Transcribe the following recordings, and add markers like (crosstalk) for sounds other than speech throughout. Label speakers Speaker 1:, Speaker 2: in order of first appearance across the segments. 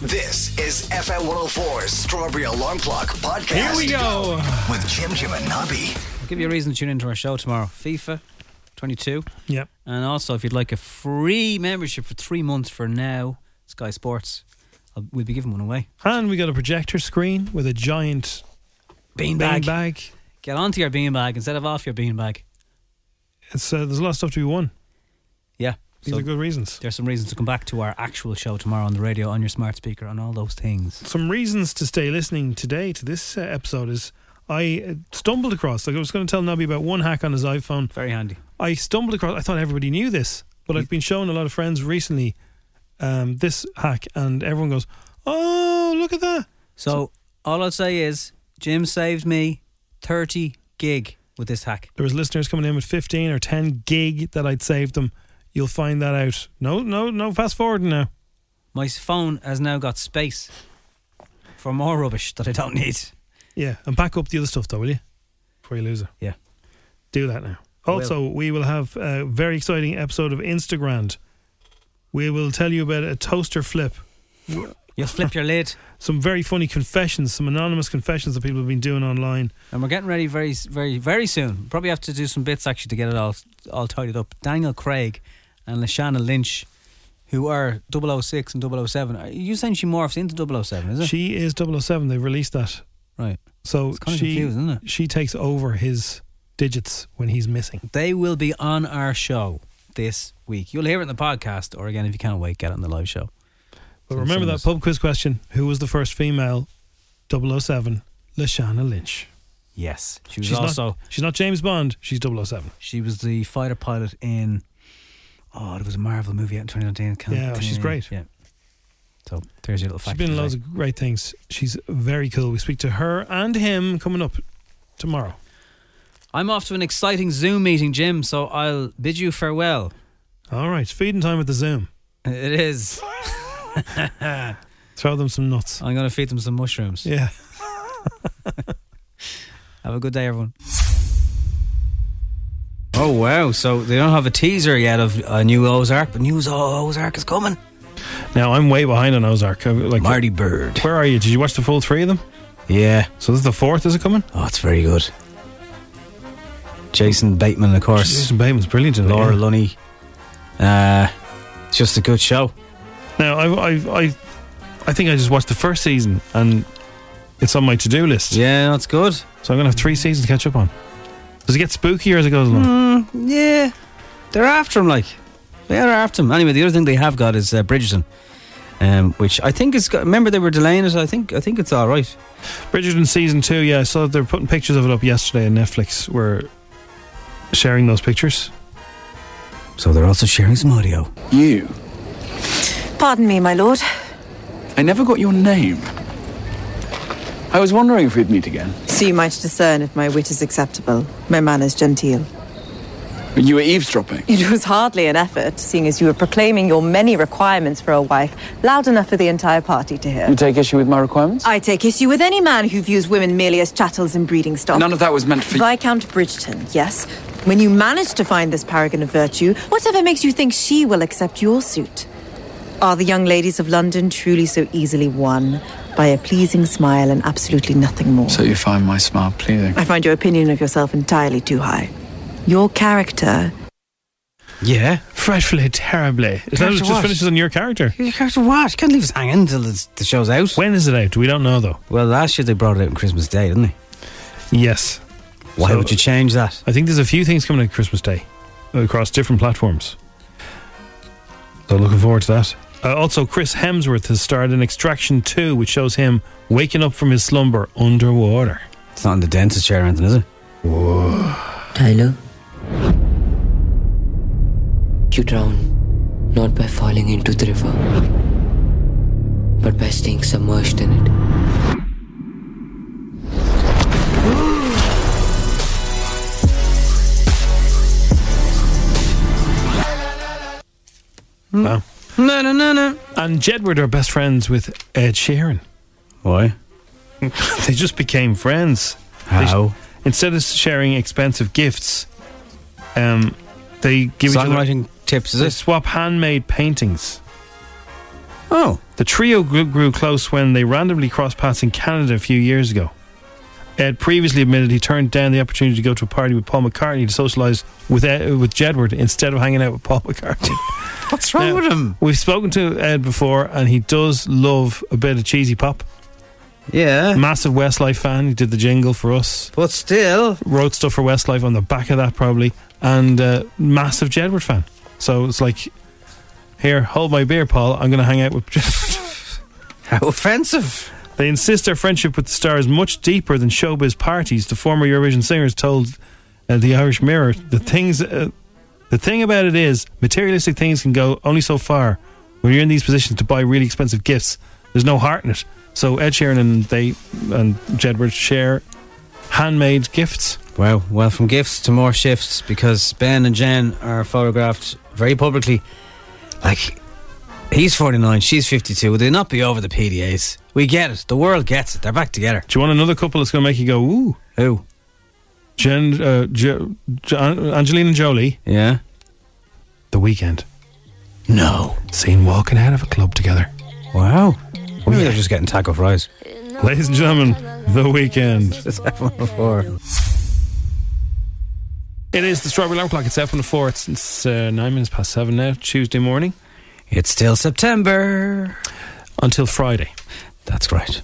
Speaker 1: This is FM 104's Strawberry Alarm Clock Podcast.
Speaker 2: Here we go.
Speaker 1: With Jim Jim and Nobby.
Speaker 3: I'll give you a reason to tune into our show tomorrow. FIFA 22.
Speaker 2: Yep.
Speaker 3: And also, if you'd like a free membership for three months for now, Sky Sports, I'll, we'll be giving one away.
Speaker 2: And we got a projector screen with a giant
Speaker 3: Beanbag.
Speaker 2: bag.
Speaker 3: Get onto your beanbag instead of off your beanbag.
Speaker 2: It's, uh, there's a lot of stuff to be won.
Speaker 3: Yeah.
Speaker 2: These
Speaker 3: So
Speaker 2: are good reasons.
Speaker 3: there's some reasons to come back to our actual show tomorrow on the radio, on your smart speaker, on all those things.
Speaker 2: Some reasons to stay listening today to this uh, episode is I uh, stumbled across, like I was going to tell Nobby about one hack on his iPhone.
Speaker 3: Very handy.
Speaker 2: I stumbled across. I thought everybody knew this, but I've been showing a lot of friends recently um, this hack, and everyone goes, "Oh, look at that!"
Speaker 3: So, all I'll say is Jim saved me 30 gig with this hack.
Speaker 2: There was listeners coming in with fifteen or ten gig that I'd saved them. You'll find that out. No, no, no. Fast forwarding now.
Speaker 3: My phone has now got space for more rubbish that I don't need.
Speaker 2: Yeah, and back up the other stuff though, will you? Before you lose it,
Speaker 3: Yeah.
Speaker 2: do that now.
Speaker 3: Will.
Speaker 2: Also, we will have a very exciting episode of Instagram. We will tell you about a toaster flip.
Speaker 3: You'll flip your lid.
Speaker 2: Some very funny confessions, some anonymous confessions that people have been doing online.
Speaker 3: (laughs) And we're getting ready very, very, very soon. Probably have to do some bits actually to get it all all tidied up. Daniel Craig and Lashana Lynch, who are 006 and 007. Are you saying she morphs into 007, is it?
Speaker 2: She is 007. They've released that.
Speaker 3: right.
Speaker 2: So
Speaker 3: It's kinda
Speaker 2: she
Speaker 3: confusing, isn't it?
Speaker 2: she takes over his digits when he's missing.
Speaker 3: They will be on our show this week. You'll hear it in the podcast, or again, if you can't wait, get it on the live show.
Speaker 2: But
Speaker 3: So
Speaker 2: remember that
Speaker 3: it's-
Speaker 2: pub quiz question: Who was the first female 007? Lashana Lynch.
Speaker 3: Yes. She was also,
Speaker 2: not, she's not James Bond. She's 007.
Speaker 3: she was the fighter pilot in, oh, there was a Marvel movie out in 2019. Can't
Speaker 2: Yeah,
Speaker 3: think
Speaker 2: she's
Speaker 3: of
Speaker 2: great.
Speaker 3: it. Yeah. So there's your little
Speaker 2: She's
Speaker 3: fact.
Speaker 2: been in
Speaker 3: today.
Speaker 2: loads of great things. She's very cool. We speak to her and him coming up tomorrow.
Speaker 3: I'm off to an exciting Zoom meeting, Jim, so I'll bid you farewell.
Speaker 2: All right, feeding time at the Zoom.
Speaker 3: It is.
Speaker 2: Throw them some nuts.
Speaker 3: I'm going to feed them some mushrooms.
Speaker 2: Yeah.
Speaker 3: Have a good day, everyone. Oh, wow. So they don't have a teaser yet of a new Ozark, but news Ozark is coming.
Speaker 2: Now I'm way behind on Ozark. I- Like,
Speaker 3: Marty Bird.
Speaker 2: where are you? Did you watch the full three of them?
Speaker 3: Yeah.
Speaker 2: So this is the fourth. Is it coming?
Speaker 3: Oh, it's very good. Jason Bateman, of course.
Speaker 2: Jason Bateman's brilliant. in it,
Speaker 3: Laura
Speaker 2: yeah.
Speaker 3: Lunny. Uh, it's just a good show.
Speaker 2: Now, I, I, I, I think I just watched the first season and it's on my to do list.
Speaker 3: Yeah, that's good.
Speaker 2: So I'm going to have three seasons to catch up on. Does it get spookier as it goes along?
Speaker 3: Yeah, they're after him. Like they are after him. Anyway, the other thing they have got is uh, Bridgerton, um, which I think is. Got, remember they were delaying it. I think I think it's all right.
Speaker 2: Bridgerton season two, yeah, I saw they're putting pictures of it up yesterday on Netflix. We're sharing those pictures.
Speaker 3: So they're also sharing some audio.
Speaker 4: You.
Speaker 5: Pardon me, my lord.
Speaker 4: I never got your name. I was wondering if we'd meet again.
Speaker 5: So you might discern if my wit is acceptable, my manners genteel.
Speaker 4: But you were eavesdropping.
Speaker 5: It was hardly an effort, seeing as you were proclaiming your many requirements for a wife loud enough for the entire party to
Speaker 4: You
Speaker 5: hear.
Speaker 4: take issue with my requirements?
Speaker 5: I take issue with any man who views women merely as chattels and breeding stock.
Speaker 4: None of that was meant for you.
Speaker 5: Viscount Bridgeton, yes. When you manage to find this paragon of virtue, whatever makes you think she will accept your suit? Are the young ladies of London truly so easily won by a pleasing smile and absolutely nothing more?
Speaker 4: So you find my smile pleasing.
Speaker 5: I find your opinion of yourself entirely too high. Your character.
Speaker 3: Yeah.
Speaker 2: Frightfully, terribly. Is that
Speaker 3: Character
Speaker 2: it just
Speaker 3: what?
Speaker 2: finishes on your character?
Speaker 3: Your character what? You can't leave us hanging until the, the show's out.
Speaker 2: When is it out? We don't know though.
Speaker 3: Well, last year they brought it out on Christmas Day, didn't they?
Speaker 2: Yes,
Speaker 3: Why
Speaker 2: So-
Speaker 3: would you change that?
Speaker 2: I think there's a few things coming at Christmas Day across different platforms. So looking forward to that. Uh, also, Chris Hemsworth has starred in Extraction 2, which shows him waking up from his slumber underwater.
Speaker 3: It's not in the dentist chair or anything, is it?
Speaker 6: Tyler? You drown, not by falling into the river, but by staying submerged in it.
Speaker 2: Wow.
Speaker 3: No, no, no, no.
Speaker 2: And Jedward are best friends with Ed Sheeran. (laughs)
Speaker 3: Why?
Speaker 2: They just became friends. They sh-
Speaker 3: How?
Speaker 2: instead of sharing expensive gifts, um, they give each other.
Speaker 3: Songwriting tips, is
Speaker 2: They
Speaker 3: it?
Speaker 2: swap handmade paintings.
Speaker 3: Oh.
Speaker 2: The trio grew, grew close when they randomly crossed paths in Canada a few years ago. Ed previously admitted he turned down the opportunity to go to a party with Paul McCartney to socialise with Ed, with Jedward instead of hanging out with Paul (laughs) McCartney.
Speaker 3: What's wrong
Speaker 2: Now,
Speaker 3: with him?
Speaker 2: We've spoken to Ed before, and he does love a bit of cheesy
Speaker 3: (laughs)
Speaker 2: pop.
Speaker 3: Yeah.
Speaker 2: Massive Westlife fan. He did the jingle for us.
Speaker 3: but still.
Speaker 2: Wrote stuff for Westlife on the back of that, probably. And uh, massive Jedward fan. So it's like, here, hold my beer, Paul. I'm going to hang out with. (laughs)
Speaker 3: How offensive.
Speaker 2: They insist their friendship with the star is much deeper than showbiz parties. The former Eurovision singers told uh, the Irish Mirror the things. Uh, the thing about it is, materialistic things can go only so far. When you're in these positions to buy really expensive gifts, there's no heart in it. So Ed Sheeran and they and Jedward share handmade gifts.
Speaker 3: Wow. Well, from gifts to more shifts because Ben and Jen are photographed very publicly. Like, he's 49, she's 52. Would they not be over the PDAs? We get it. The world gets it. They're back together.
Speaker 2: Do you want another couple that's going to make you go ooh?
Speaker 3: Who?
Speaker 2: Jen, uh, jo- Jo- Angelina Jolie,
Speaker 3: Yeah.
Speaker 2: The Weekend,
Speaker 3: No.
Speaker 2: seen walking out of a club together.
Speaker 3: Wow. Maybe they're just getting taco fries. (laughs)
Speaker 2: Ladies and gentlemen, The Weekend.
Speaker 3: It's happened before.
Speaker 2: It is the Strawberry Alarm Clock. It's F104. It's, it's uh, nine minutes past seven now, Tuesday morning
Speaker 3: It's still September.
Speaker 2: until Friday.
Speaker 3: That's great.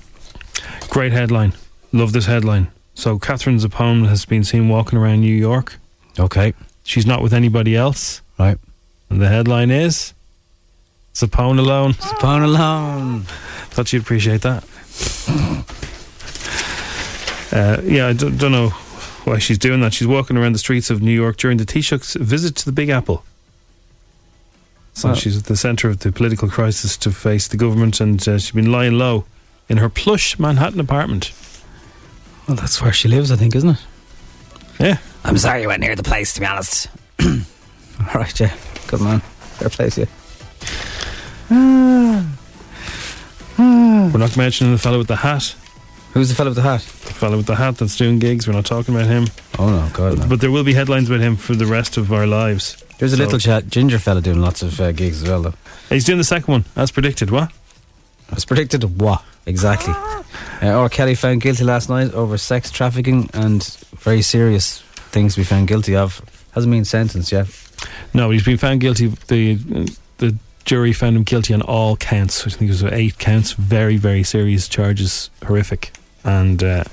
Speaker 2: Great headline. Love this headline. So, Catherine Zapone has been seen walking around New York.
Speaker 3: Okay.
Speaker 2: She's not with anybody else.
Speaker 3: Right.
Speaker 2: And the headline is Zapone alone.
Speaker 3: Phone alone.
Speaker 2: Thought you'd appreciate that. Uh, yeah, I don't, don't know why she's doing that. She's walking around the streets of New York during the Taoiseach's visit to the Big Apple. So
Speaker 3: Well-
Speaker 2: she's at the centre of the political crisis to face the government, and uh, she's been lying low in her plush Manhattan apartment.
Speaker 3: Well, that's where she lives, I think, isn't it?
Speaker 2: Yeah.
Speaker 3: I'm sorry you went near the place, to be honest. (clears throat) All right, yeah. Good man. Fair play to you. Hmm.
Speaker 2: We're not mentioning the fellow with the hat.
Speaker 3: Who's the fellow with the hat?
Speaker 2: The fellow with the hat that's doing gigs. We're not talking about him.
Speaker 3: Oh, no, God,
Speaker 2: But there will be headlines about him for the rest of our lives.
Speaker 3: There's a
Speaker 2: So-
Speaker 3: little chat, ginger fella doing lots of uh, gigs as well, though.
Speaker 2: He's doing the second one, as predicted. What?
Speaker 3: As predicted, what? Exactly. uh, R. Kelly found guilty last night over sex trafficking and very serious things we found guilty of. Hasn't been sentenced yet.
Speaker 2: No, he's been found guilty. The the jury found him guilty on all counts. which I think it was eight counts. Very very serious charges, horrific, and uh,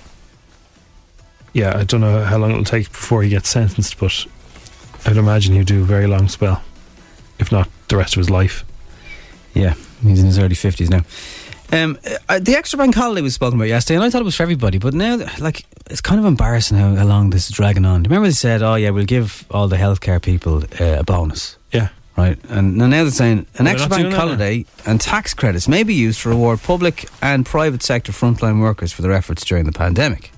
Speaker 2: yeah, I don't know how long it'll take before he gets sentenced, but I'd imagine he'll do a very long spell, if not the rest of his life.
Speaker 3: Yeah, he's in his early fifties now. Um, uh, the extra bank holiday was spoken about yesterday, and I thought it was for everybody. But now, like, it's kind of embarrassing how, how long this is dragging on. Do you Remember, they said, "Oh yeah, we'll give all the healthcare people uh, a bonus."
Speaker 2: Yeah,
Speaker 3: Right, and now now they're saying an
Speaker 2: They're
Speaker 3: extra
Speaker 2: not
Speaker 3: bank
Speaker 2: doing that now.
Speaker 3: holiday and tax credits may be used to reward public and private sector frontline workers for their efforts during the pandemic.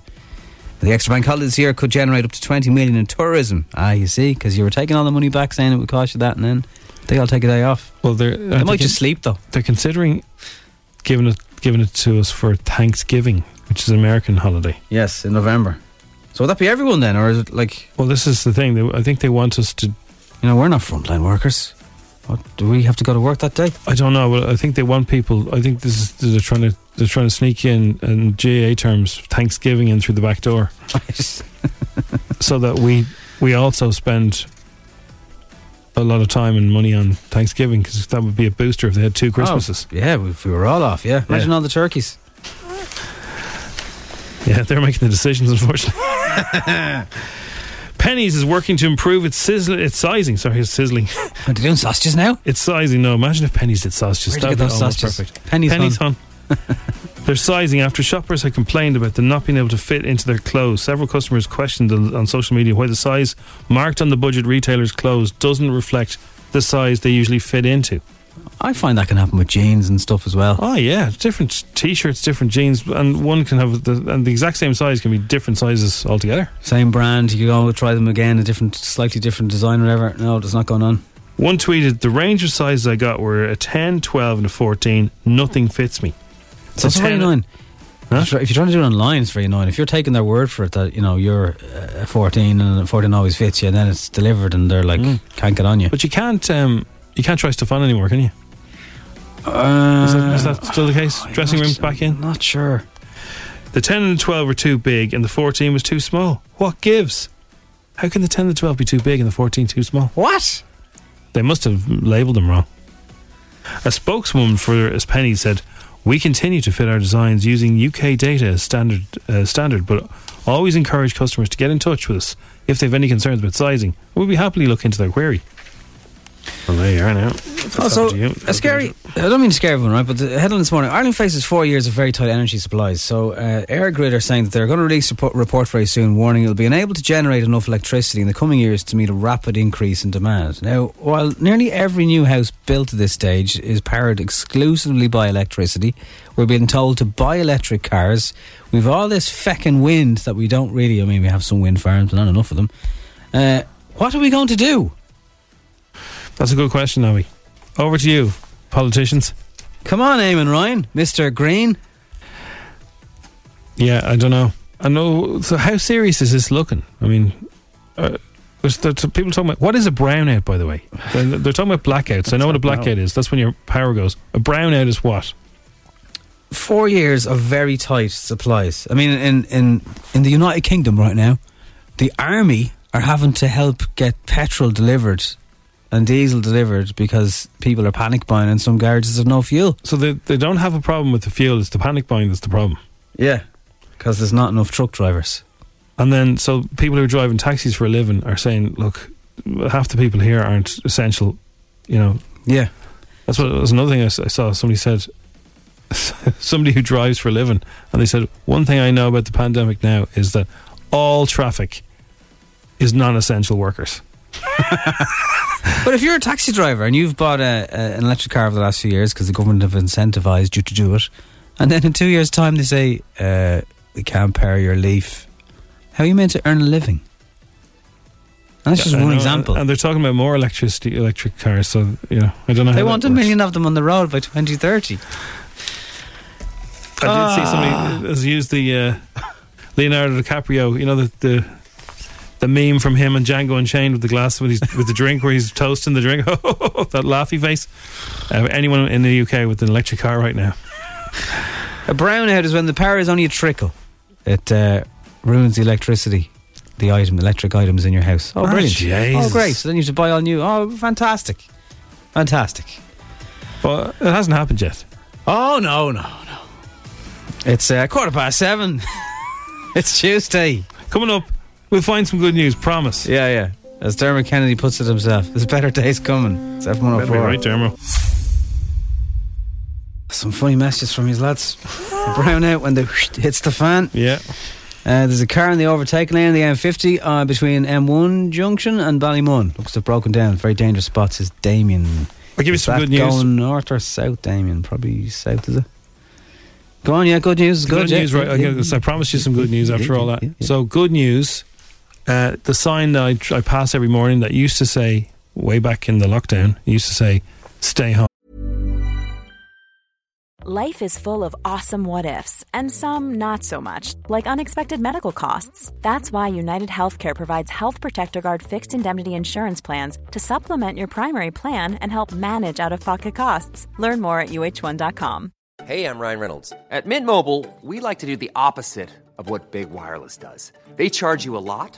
Speaker 3: The extra bank holiday this year could generate up to 20 million in tourism. Ah, you see, because you were taking all the money back saying it would cost you that, and then they all take a day off.
Speaker 2: well, they're
Speaker 3: They might just sleep though.
Speaker 2: they're considering giving it giving it to us for Thanksgiving, which is an American holiday.
Speaker 3: Yes, in November. So would that be everyone then, or is it like
Speaker 2: Well, this is the thing. They, I think they want us to
Speaker 3: you know we're not frontline workers? What, do we have to go to work that day? (laughs)
Speaker 2: I don't know. Well, I think they want people. I think this is they're trying to they're trying to sneak in in GA terms Thanksgiving in through the back door, so that we we also spend a lot of time and money on Thanksgiving because that would be a booster if they had two Christmases.
Speaker 3: Oh, yeah, if we were all off, yeah. Imagine
Speaker 2: Yeah.
Speaker 3: all the turkeys.
Speaker 2: Yeah, they're making the decisions, unfortunately. Pennies is working to improve its sizzling, its sizing. Sorry, it's sizzling.
Speaker 3: Are they doing sausages now?
Speaker 2: It's sizing. No, imagine if pennies did sausages.
Speaker 3: Where'd you
Speaker 2: That would
Speaker 3: get
Speaker 2: be
Speaker 3: those
Speaker 2: almost
Speaker 3: sausages?
Speaker 2: perfect.
Speaker 3: Pennies
Speaker 2: on.
Speaker 3: (laughs)
Speaker 2: Their sizing after shoppers had complained about them not being able to fit into their clothes. Several customers questioned on on social media why the size marked on the budget retailer's clothes doesn't reflect the size they usually fit into.
Speaker 3: I find that can happen with jeans and stuff as well.
Speaker 2: Oh yeah, different t-shirts, different jeans, and one can have the and the exact same size can be different sizes altogether.
Speaker 3: Same brand, you go try them again, a different, slightly different design or whatever. No, that's not going on.
Speaker 2: One tweeted, "The range of sizes I got were a 10, 12, and a 14. Nothing fits me."
Speaker 3: So it's
Speaker 2: a
Speaker 3: very
Speaker 2: 10
Speaker 3: annoying.
Speaker 2: Huh?
Speaker 3: If you're- If you're trying to do it online, it's very annoying. If you're taking their word for it that you know you're uh, 14 and a 14 always fits you, and then it's delivered and they're
Speaker 2: Hmm.
Speaker 3: like can't get on you.
Speaker 2: But you can't um, you can't try stuff on anymore, can you? Is that, is that still the case? Dressing rooms back in.
Speaker 3: Uh, Not sure.
Speaker 2: The 10 and the 12 were too big and the 14 was too small. What gives? How can the 10 and the 12 be too big and the 14 too small?
Speaker 3: What?
Speaker 2: They must have labelled them wrong. A spokeswoman for As Penny said, "We continue to fit our designs using UK data as standard, uh, standard, but always encourage customers to get in touch with us if they have any concerns about sizing. We'll be happily look into their query." Well, there you are now. That's
Speaker 3: Also,
Speaker 2: up to you.
Speaker 3: a Oh, uh, scary. I don't mean to scare everyone, right? But the headline this morning: Ireland faces four years of very tight energy supplies. So, uh, Air Grid are saying that they're going to release a po- report very soon, warning it'll be unable to generate enough electricity in the coming years to meet a rapid increase in demand. Now, while nearly every new house built at this stage is powered exclusively by electricity, we're being told to buy electric cars. We've all this feckin' wind that we don't really. I mean, we have some wind farms, but not enough of them. Uh, what are we going to do?
Speaker 2: That's a good question, Abby. Over to you, politicians.
Speaker 3: Come on, Eamon Ryan, Mr. Green.
Speaker 2: Yeah, I don't know. I know. So, how serious is this looking? I mean, uh, there's, there's people talking about what is a brownout, by the way? They're, they're talking about blackouts. I know what a blackout is. That's when your power goes. A brownout is what?
Speaker 3: four years of very tight supplies. I mean, in in in the United Kingdom right now, the army are having to help get petrol delivered and diesel delivered because people are panic buying and some garages have no fuel.
Speaker 2: So they they don't have a problem with the fuel. It's the panic buying that's the problem.
Speaker 3: Yeah, because there's not enough truck drivers.
Speaker 2: And then so people who are driving taxis for a living are saying, look, half the people here aren't essential. You know,
Speaker 3: Yeah,
Speaker 2: That's what was another thing I, s- I saw. Somebody said, (laughs) somebody who drives for a living, and they said one thing I know about the pandemic now is that all traffic is non-essential workers.
Speaker 3: but if you're a taxi driver and you've bought a, a, an electric car over the last few years because the government have incentivized you to do it, and then in two years' time they say uh, we can't power your leaf, how are you meant to earn a living? And that's just
Speaker 2: I
Speaker 3: one
Speaker 2: know,
Speaker 3: example.
Speaker 2: And they're talking about more electricity, electric cars. So you know, I don't know.
Speaker 3: They
Speaker 2: how
Speaker 3: want
Speaker 2: that
Speaker 3: a
Speaker 2: works.
Speaker 3: million of them on the road by 2030.
Speaker 2: I did see
Speaker 3: Ah.
Speaker 2: somebody has used the uh, Leonardo DiCaprio. You know the. the the meme from him and Django Unchained with the glass with, his, with the drink where he's toasting the drink. (laughs) Oh, that laughy face. Uh, anyone in the UK with an electric car right now?
Speaker 3: A brownout is when the power is only a trickle. It uh, ruins the electricity, the item, electric items in your house. Oh,
Speaker 2: Ah,
Speaker 3: brilliant.
Speaker 2: Jesus.
Speaker 3: Oh, great. So then you have to buy all new. Oh, fantastic. Fantastic.
Speaker 2: Well, it hasn't happened yet.
Speaker 3: Oh, no, no, no. It's uh, quarter past seven. (laughs) it's Tuesday.
Speaker 2: Coming up, we'll find some good news, promise.
Speaker 3: Yeah, yeah. As Dermot Kennedy puts it himself, there's better days coming. It's
Speaker 2: That'd be
Speaker 3: F104.
Speaker 2: right, Dermo.
Speaker 3: Some funny messages from his lads. The brownout when the hits the fan.
Speaker 2: Yeah.
Speaker 3: Uh, there's a car in the overtaking lane, the M50, uh, between M1 Junction and Ballymun. Looks to have broken down. Very dangerous spots is Damien.
Speaker 2: I'll give you
Speaker 3: Is
Speaker 2: some
Speaker 3: that
Speaker 2: good news.
Speaker 3: Going north or south, Damien? Probably south, is it? Go on, yeah, good news. is
Speaker 2: good,
Speaker 3: Good, yeah.
Speaker 2: news, right? I,
Speaker 3: Yeah,
Speaker 2: guess I promised you some good news after all that.
Speaker 3: Yeah, yeah.
Speaker 2: So, good news. Uh, the sign that I, tr- I pass every morning that used to say, way back in the lockdown, used to say, stay home.
Speaker 7: Life is full of awesome what ifs, and some not so much, like unexpected medical costs. That's why United Healthcare provides Health Protector Guard fixed indemnity insurance plans to supplement your primary plan and help manage out of pocket costs. Learn more at uh1.com.
Speaker 8: Hey, I'm Ryan Reynolds. At Mint Mobile, we like to do the opposite of what Big Wireless does. They charge you a lot,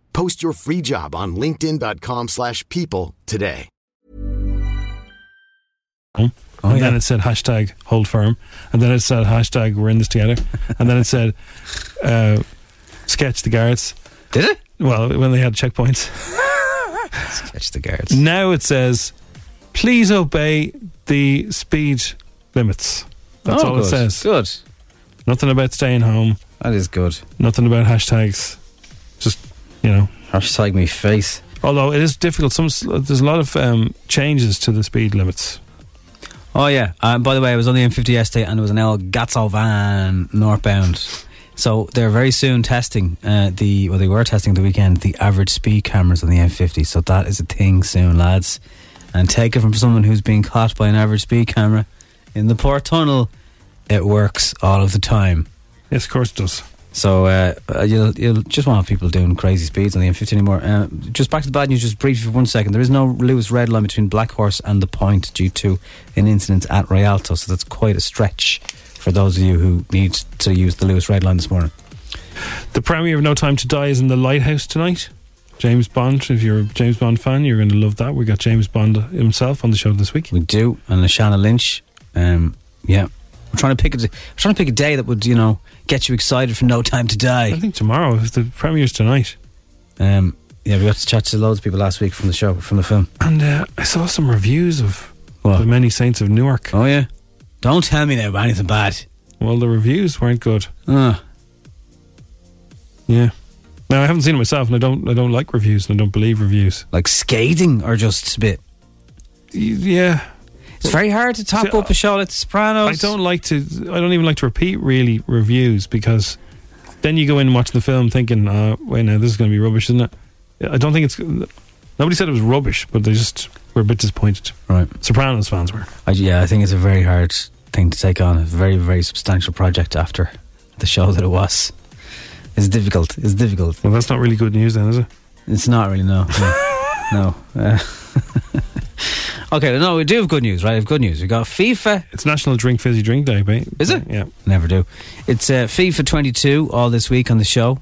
Speaker 9: Post your free job on linkedin.com/people slash people today.
Speaker 2: and
Speaker 3: Oh,
Speaker 2: then it said hashtag hold firm, and then it said hashtag we're in this together, and then it said uh, sketch the guards.
Speaker 10: Did it?
Speaker 2: Well, when they had checkpoints.
Speaker 10: Sketch the guards.
Speaker 2: Now it says, please obey the speed limits. That's
Speaker 10: Oh,
Speaker 2: all
Speaker 10: good.
Speaker 2: it says.
Speaker 10: Good.
Speaker 2: Nothing about staying home.
Speaker 10: That is good.
Speaker 2: Nothing about hashtags. Just you know,
Speaker 10: hashtag me face.
Speaker 2: Although it is difficult. Some s- there's a lot of um, changes to the speed limits.
Speaker 3: Oh yeah. Uh, by the way, I was on the M50 yesterday, and there was an El Gatso van northbound. So they're very soon testing uh, the well, they were testing the weekend the average speed cameras on the M50. So that is a thing soon, lads. And take it from someone who's been caught by an average speed camera in the Port Tunnel. It works all of the time.
Speaker 2: Yes, of course it does.
Speaker 3: So uh, uh, you'll you'll just won't have people doing crazy speeds on the M50 anymore. Uh, just back to the bad news, just briefly for one second. There is no Lewis red line between Blackhorse and the Point due to an incident at Rialto, so that's quite a stretch for those of you who need to use the Lewis red line this morning.
Speaker 2: The premiere of No Time to Die is in the Lighthouse tonight. James Bond. If you're a James Bond fan, you're going to love that. We got James Bond himself on the show this week.
Speaker 3: We do, and Lashana Lynch. Um, yeah, we're trying to pick a d- we're trying to pick a day that would you know get you excited for No Time to Die. I
Speaker 2: think tomorrow if the premiere's tonight.
Speaker 3: Um, yeah, we got to chat to loads of people last week from the show from the film.
Speaker 2: And uh, I saw some reviews of the Many Saints of Newark.
Speaker 3: Oh yeah, don't tell me now about anything bad.
Speaker 2: Well, the reviews weren't good.
Speaker 3: Uh,
Speaker 2: Yeah. Now I haven't seen it myself, and I don't. I don't like reviews, and I don't believe reviews.
Speaker 3: Like scathing, or just a bit.
Speaker 2: Yeah.
Speaker 3: It's very hard to top up a show like The
Speaker 2: I
Speaker 3: Sopranos.
Speaker 2: don't like to. I don't even like to repeat really reviews because then you go in and watch the film thinking, uh, "Wait, now this is going to be rubbish, isn't it?" I don't think it's. Nobody said it was rubbish, but they just were a bit disappointed.
Speaker 3: Right.
Speaker 2: Sopranos fans were.
Speaker 3: I, yeah, I think it's a very hard thing to take on. A very, very substantial project after the show that it was. It's difficult. It's difficult.
Speaker 2: Well, that's not really good news, then, is it?
Speaker 3: It's not really. No.
Speaker 2: (laughs)
Speaker 3: No. no. (laughs) Uh, okay. No, we do have good news, right? We have good news. We got FIFA.
Speaker 2: It's National Drink Fizzy Drink Day, mate.
Speaker 3: Is it?
Speaker 2: Yeah.
Speaker 3: Never do. It's uh, FIFA 22 all this week on the show.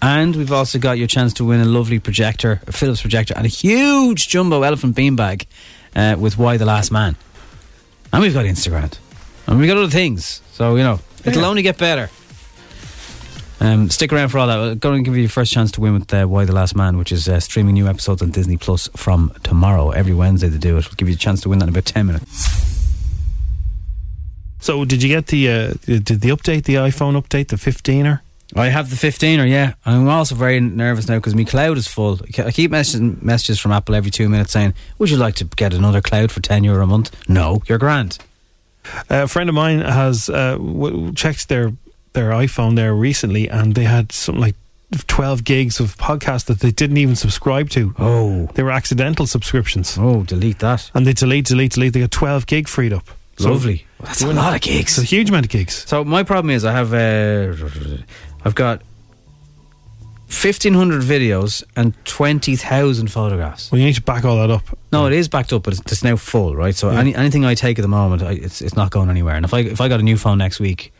Speaker 3: And we've also got your chance to win a lovely projector, a Philips projector, and a huge jumbo elephant beanbag uh, with Why the Last Man. And we've got Instagram. And we've got other things. So, you know, it'll only get better. Um, stick around for all that. I'm going to give you your first chance to win with uh, Why the Last Man, which is uh, streaming new episodes on Disney Plus from tomorrow. Every Wednesday they do it. We'll give you a chance to win that in about 10 minutes.
Speaker 2: So, did you get the uh, did the update, the iPhone update, the 15er?
Speaker 3: I have the 15er, yeah. I'm also very nervous now because my cloud is full. I ke- I keep messaging messages from Apple every two minutes saying, Would you like to get another cloud for 10 euro a month? No, you're grand.
Speaker 2: A friend of mine has uh, w- checked their their iPhone there recently, and they had something like twelve gigs of podcasts that they didn't even subscribe to.
Speaker 3: Oh,
Speaker 2: they were accidental subscriptions.
Speaker 3: Oh, delete that.
Speaker 2: And they delete, delete, delete. They got twelve gig freed up.
Speaker 3: Lovely. Well, that's a
Speaker 2: doing-
Speaker 3: lot of gigs.
Speaker 2: It's a huge amount of gigs.
Speaker 3: So my problem is I have uh, I've got 1500 videos and 20,000 photographs.
Speaker 2: Well, you need to back all that up.
Speaker 3: No, it is backed up, but it's, it's now full, right? So any, anything I take at the moment, I, it's it's not going anywhere. And if I if I got a new phone next week,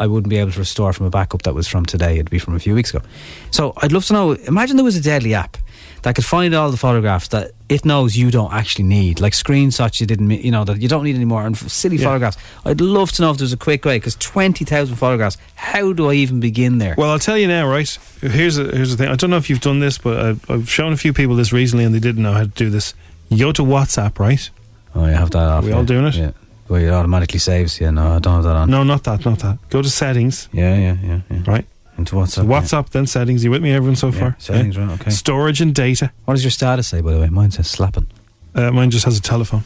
Speaker 3: I wouldn't be able to restore from a backup that was from today. It'd be from a few weeks ago. So I'd love to know. Imagine there was a deadly app that could find all the photographs that it knows you don't actually need, like screenshots you didn't, mi- you know, that you don't need anymore, and f- silly photographs. I'd love to know if there's a quick way because twenty thousand photographs. How do I even begin there?
Speaker 2: Well, I'll tell you now, right? Here's a, here's the thing. I don't know if you've done this, but I've, I've shown a few people this recently, and they didn't know how to do this. You go to WhatsApp, right?
Speaker 3: Oh, you have that. Off,
Speaker 2: we all doing it.
Speaker 3: Yeah. Well, it automatically saves. Yeah, no, I don't have that on.
Speaker 2: No, not that, not that. Go to settings.
Speaker 3: Yeah, yeah, yeah, yeah.
Speaker 2: Right.
Speaker 3: Into WhatsApp.
Speaker 2: So WhatsApp, then settings. You with me, everyone, so
Speaker 3: Yeah,
Speaker 2: far?
Speaker 3: settings, right, okay.
Speaker 2: Storage and data.
Speaker 3: What does your status say, by the way? Mine says slapping.
Speaker 2: Uh, mine just has a telephone.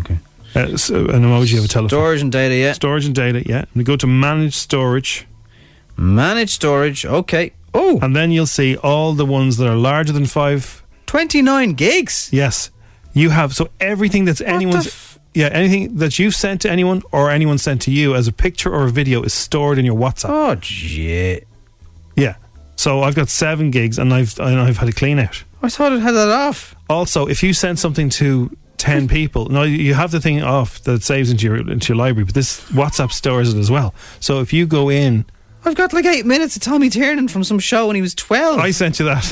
Speaker 2: Okay. Uh, so an emoji of a telephone.
Speaker 3: Storage and data, yeah.
Speaker 2: Storage and data, yeah. And you go to manage storage.
Speaker 3: Manage storage, okay. Oh.
Speaker 2: And then you'll see all the ones that are larger than five.
Speaker 3: 29 gigs?
Speaker 2: Yes. You have, so everything that's anyone's. yeah, anything that you've sent to anyone or anyone sent to you as a picture or a video is stored in your WhatsApp.
Speaker 3: Oh, shit.
Speaker 2: Yeah. So I've got seven gigs and I've and I've had a clean out.
Speaker 3: I thought it had that off.
Speaker 2: Also, if you send something to
Speaker 3: (laughs)
Speaker 2: ten people, no, you have the thing off that saves into your into your library, but this WhatsApp stores it as well. So if you go
Speaker 3: (laughs)
Speaker 2: in,
Speaker 3: I've got like eight minutes of Tommy Tiernan from some show when he was 12.
Speaker 2: I sent you that.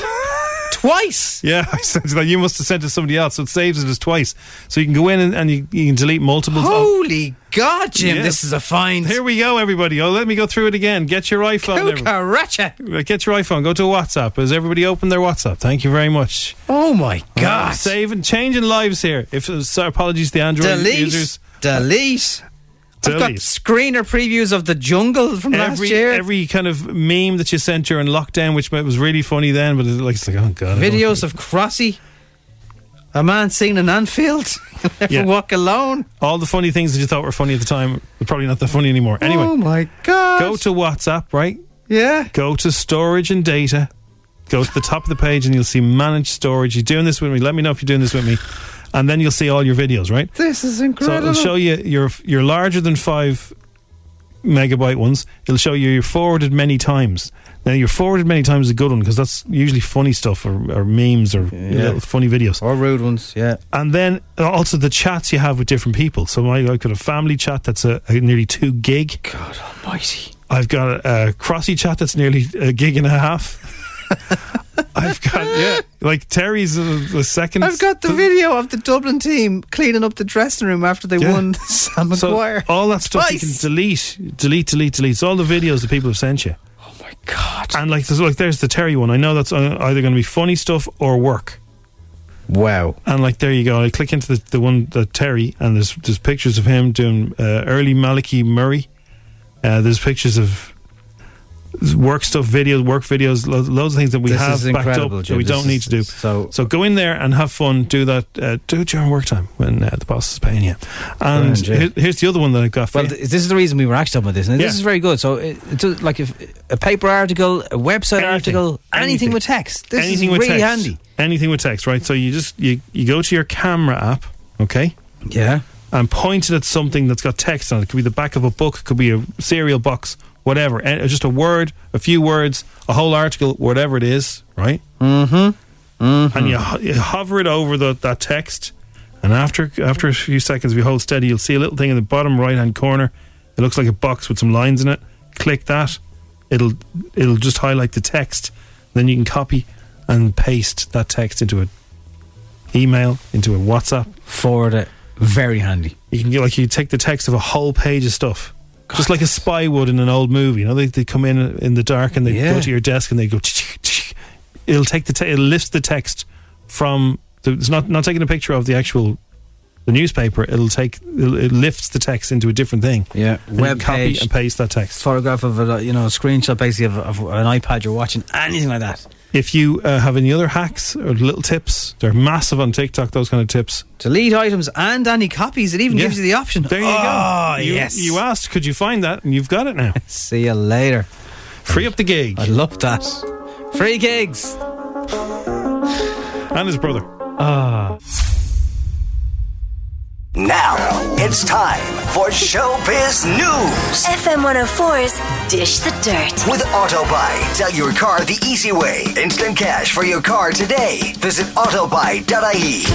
Speaker 3: Twice.
Speaker 2: (laughs) Yeah, I sent you that. You must have sent it to somebody else, so it saves it as twice. So you can go in and, and you, you can delete multiples. of-
Speaker 3: Holy God, Jim, this is a find.
Speaker 2: oh. Here we go, everybody. Oh, let me go through it again. Get your iPhone. every-
Speaker 3: Cucaracha.
Speaker 2: Right, Get your iPhone. Go to WhatsApp. Has everybody opened their WhatsApp? Thank you very much.
Speaker 3: Oh my
Speaker 2: Uh,
Speaker 3: God.
Speaker 2: saving, changing lives here. If sorry, apologies to the Android
Speaker 3: delete.
Speaker 2: users. uh,
Speaker 3: Delete. I've got
Speaker 2: Delete.
Speaker 3: screener previews of the jungle from
Speaker 2: Every
Speaker 3: last year.
Speaker 2: every kind of meme that you sent during lockdown, which was really funny then, but it's like, it's like oh god, I don't-
Speaker 3: Videos of Crossy. A man seen in Anfield. (laughs) Never
Speaker 2: Yeah.
Speaker 3: walk alone.
Speaker 2: all the funny things that you thought were funny at the time are probably not that funny anymore. Anyway,
Speaker 3: Oh my God.
Speaker 2: go to WhatsApp, right?
Speaker 3: Yeah.
Speaker 2: Go to storage and data. Go to the top of the page and you'll see manage storage. You're doing this with me. Let me know if you're doing this with me, and then you'll see all your videos, right?
Speaker 3: This is
Speaker 2: So
Speaker 3: incredible.
Speaker 2: it'll show you your your larger than five megabyte ones. It'll show you you're forwarded many times. Now you're forwarded many times is a good one because that's usually funny stuff or, or memes or little funny videos
Speaker 3: or rude ones, yeah.
Speaker 2: and then uh, also the chats you have with different people. So I, I've got a family chat that's a, a nearly two gig.
Speaker 3: God almighty.
Speaker 2: I've got a, a crossy chat that's nearly a gig and a half. (laughs) I've got yeah, like Terry's uh, the second.
Speaker 3: I've got the video of the Dublin team cleaning up the dressing room after they
Speaker 2: Yeah. (laughs)
Speaker 3: won Sam
Speaker 2: So
Speaker 3: McGuire.
Speaker 2: all that stuff you can
Speaker 3: Twice.
Speaker 2: delete, delete, delete, delete. It's all the videos that people have sent you. Oh my god! And like, there's like there's the Terry one. I know that's uh, either going to be funny stuff or work.
Speaker 3: Wow.
Speaker 2: And like, there you go. I click into the, the one that Terry, and there's there's pictures of him doing uh, early Maliki Murray. Uh, there's pictures of work stuff, videos, work videos, lo- loads of things that we
Speaker 3: This
Speaker 2: have
Speaker 3: is
Speaker 2: backed up
Speaker 3: incredible,
Speaker 2: that
Speaker 3: Jim.
Speaker 2: we
Speaker 3: This
Speaker 2: don't need
Speaker 3: is-
Speaker 2: to do.
Speaker 3: so-
Speaker 2: so go in there and have fun. Do that. Uh, do it during work time when uh, the boss is paying you. And
Speaker 3: Grand, yeah.
Speaker 2: here- here's the other one that I've got. For
Speaker 3: Well,
Speaker 2: you.
Speaker 3: th- this is the reason we were actually talking about this. And
Speaker 2: Yeah.
Speaker 3: This is very good. So, it, it's a- like if a paper article, a website article, anything, with text. This
Speaker 2: anything
Speaker 3: is
Speaker 2: with
Speaker 3: really
Speaker 2: text.
Speaker 3: handy.
Speaker 2: Anything with text, right? So you just you, you go to your camera app, okay?
Speaker 3: Yeah.
Speaker 2: And point it at something that's got text on it. It could be the back of a book, it could be a cereal box, whatever. And uh, just a word, a few words, a whole article, whatever it is, right?
Speaker 3: Mm-hmm. Mm-hmm.
Speaker 2: And you, ho- you hover it over the, that text, and after after a few seconds, if you hold steady, you'll see a little thing in the bottom right hand corner. It looks like a box with some lines in it. Click that. It'll it'll just highlight the text. Then you can copy and paste that text into an email, into a WhatsApp.
Speaker 3: Forward it. Very handy.
Speaker 2: You can get like you take the text of a whole page of stuff. Just like a spy would in an old movie, you know, they, they come in in the dark and they
Speaker 3: Yeah.
Speaker 2: go to your desk and they go. It'll take the te- it lifts the text from the, it's not not taking a picture of the actual the newspaper. It'll take it'll- it lifts the text into a different thing.
Speaker 3: Yeah.
Speaker 2: And you
Speaker 3: Web
Speaker 2: copy
Speaker 3: page.
Speaker 2: and paste that text.
Speaker 3: Photograph of a, you know, a screenshot basically of, of an iPad you're watching, anything like that.
Speaker 2: If you uh, have any other hacks or little tips, they're massive on TikTok. Those kind of tips.
Speaker 3: Delete items and any copies. It even
Speaker 2: Yeah.
Speaker 3: gives you the option.
Speaker 2: There you
Speaker 3: oh,
Speaker 2: go. You,
Speaker 3: yes.
Speaker 2: You asked, could you find that, and you've got it now.
Speaker 3: See you later.
Speaker 2: Free up the gig
Speaker 3: (laughs) I love that. Free gigs.
Speaker 2: and his brother.
Speaker 3: Ah.
Speaker 1: Now it's time for Showbiz News
Speaker 5: FM 104's Dish the Dirt.
Speaker 1: with Autobuy. Sell your car the easy way. Instant cash for your car today. Visit autobuy.ie.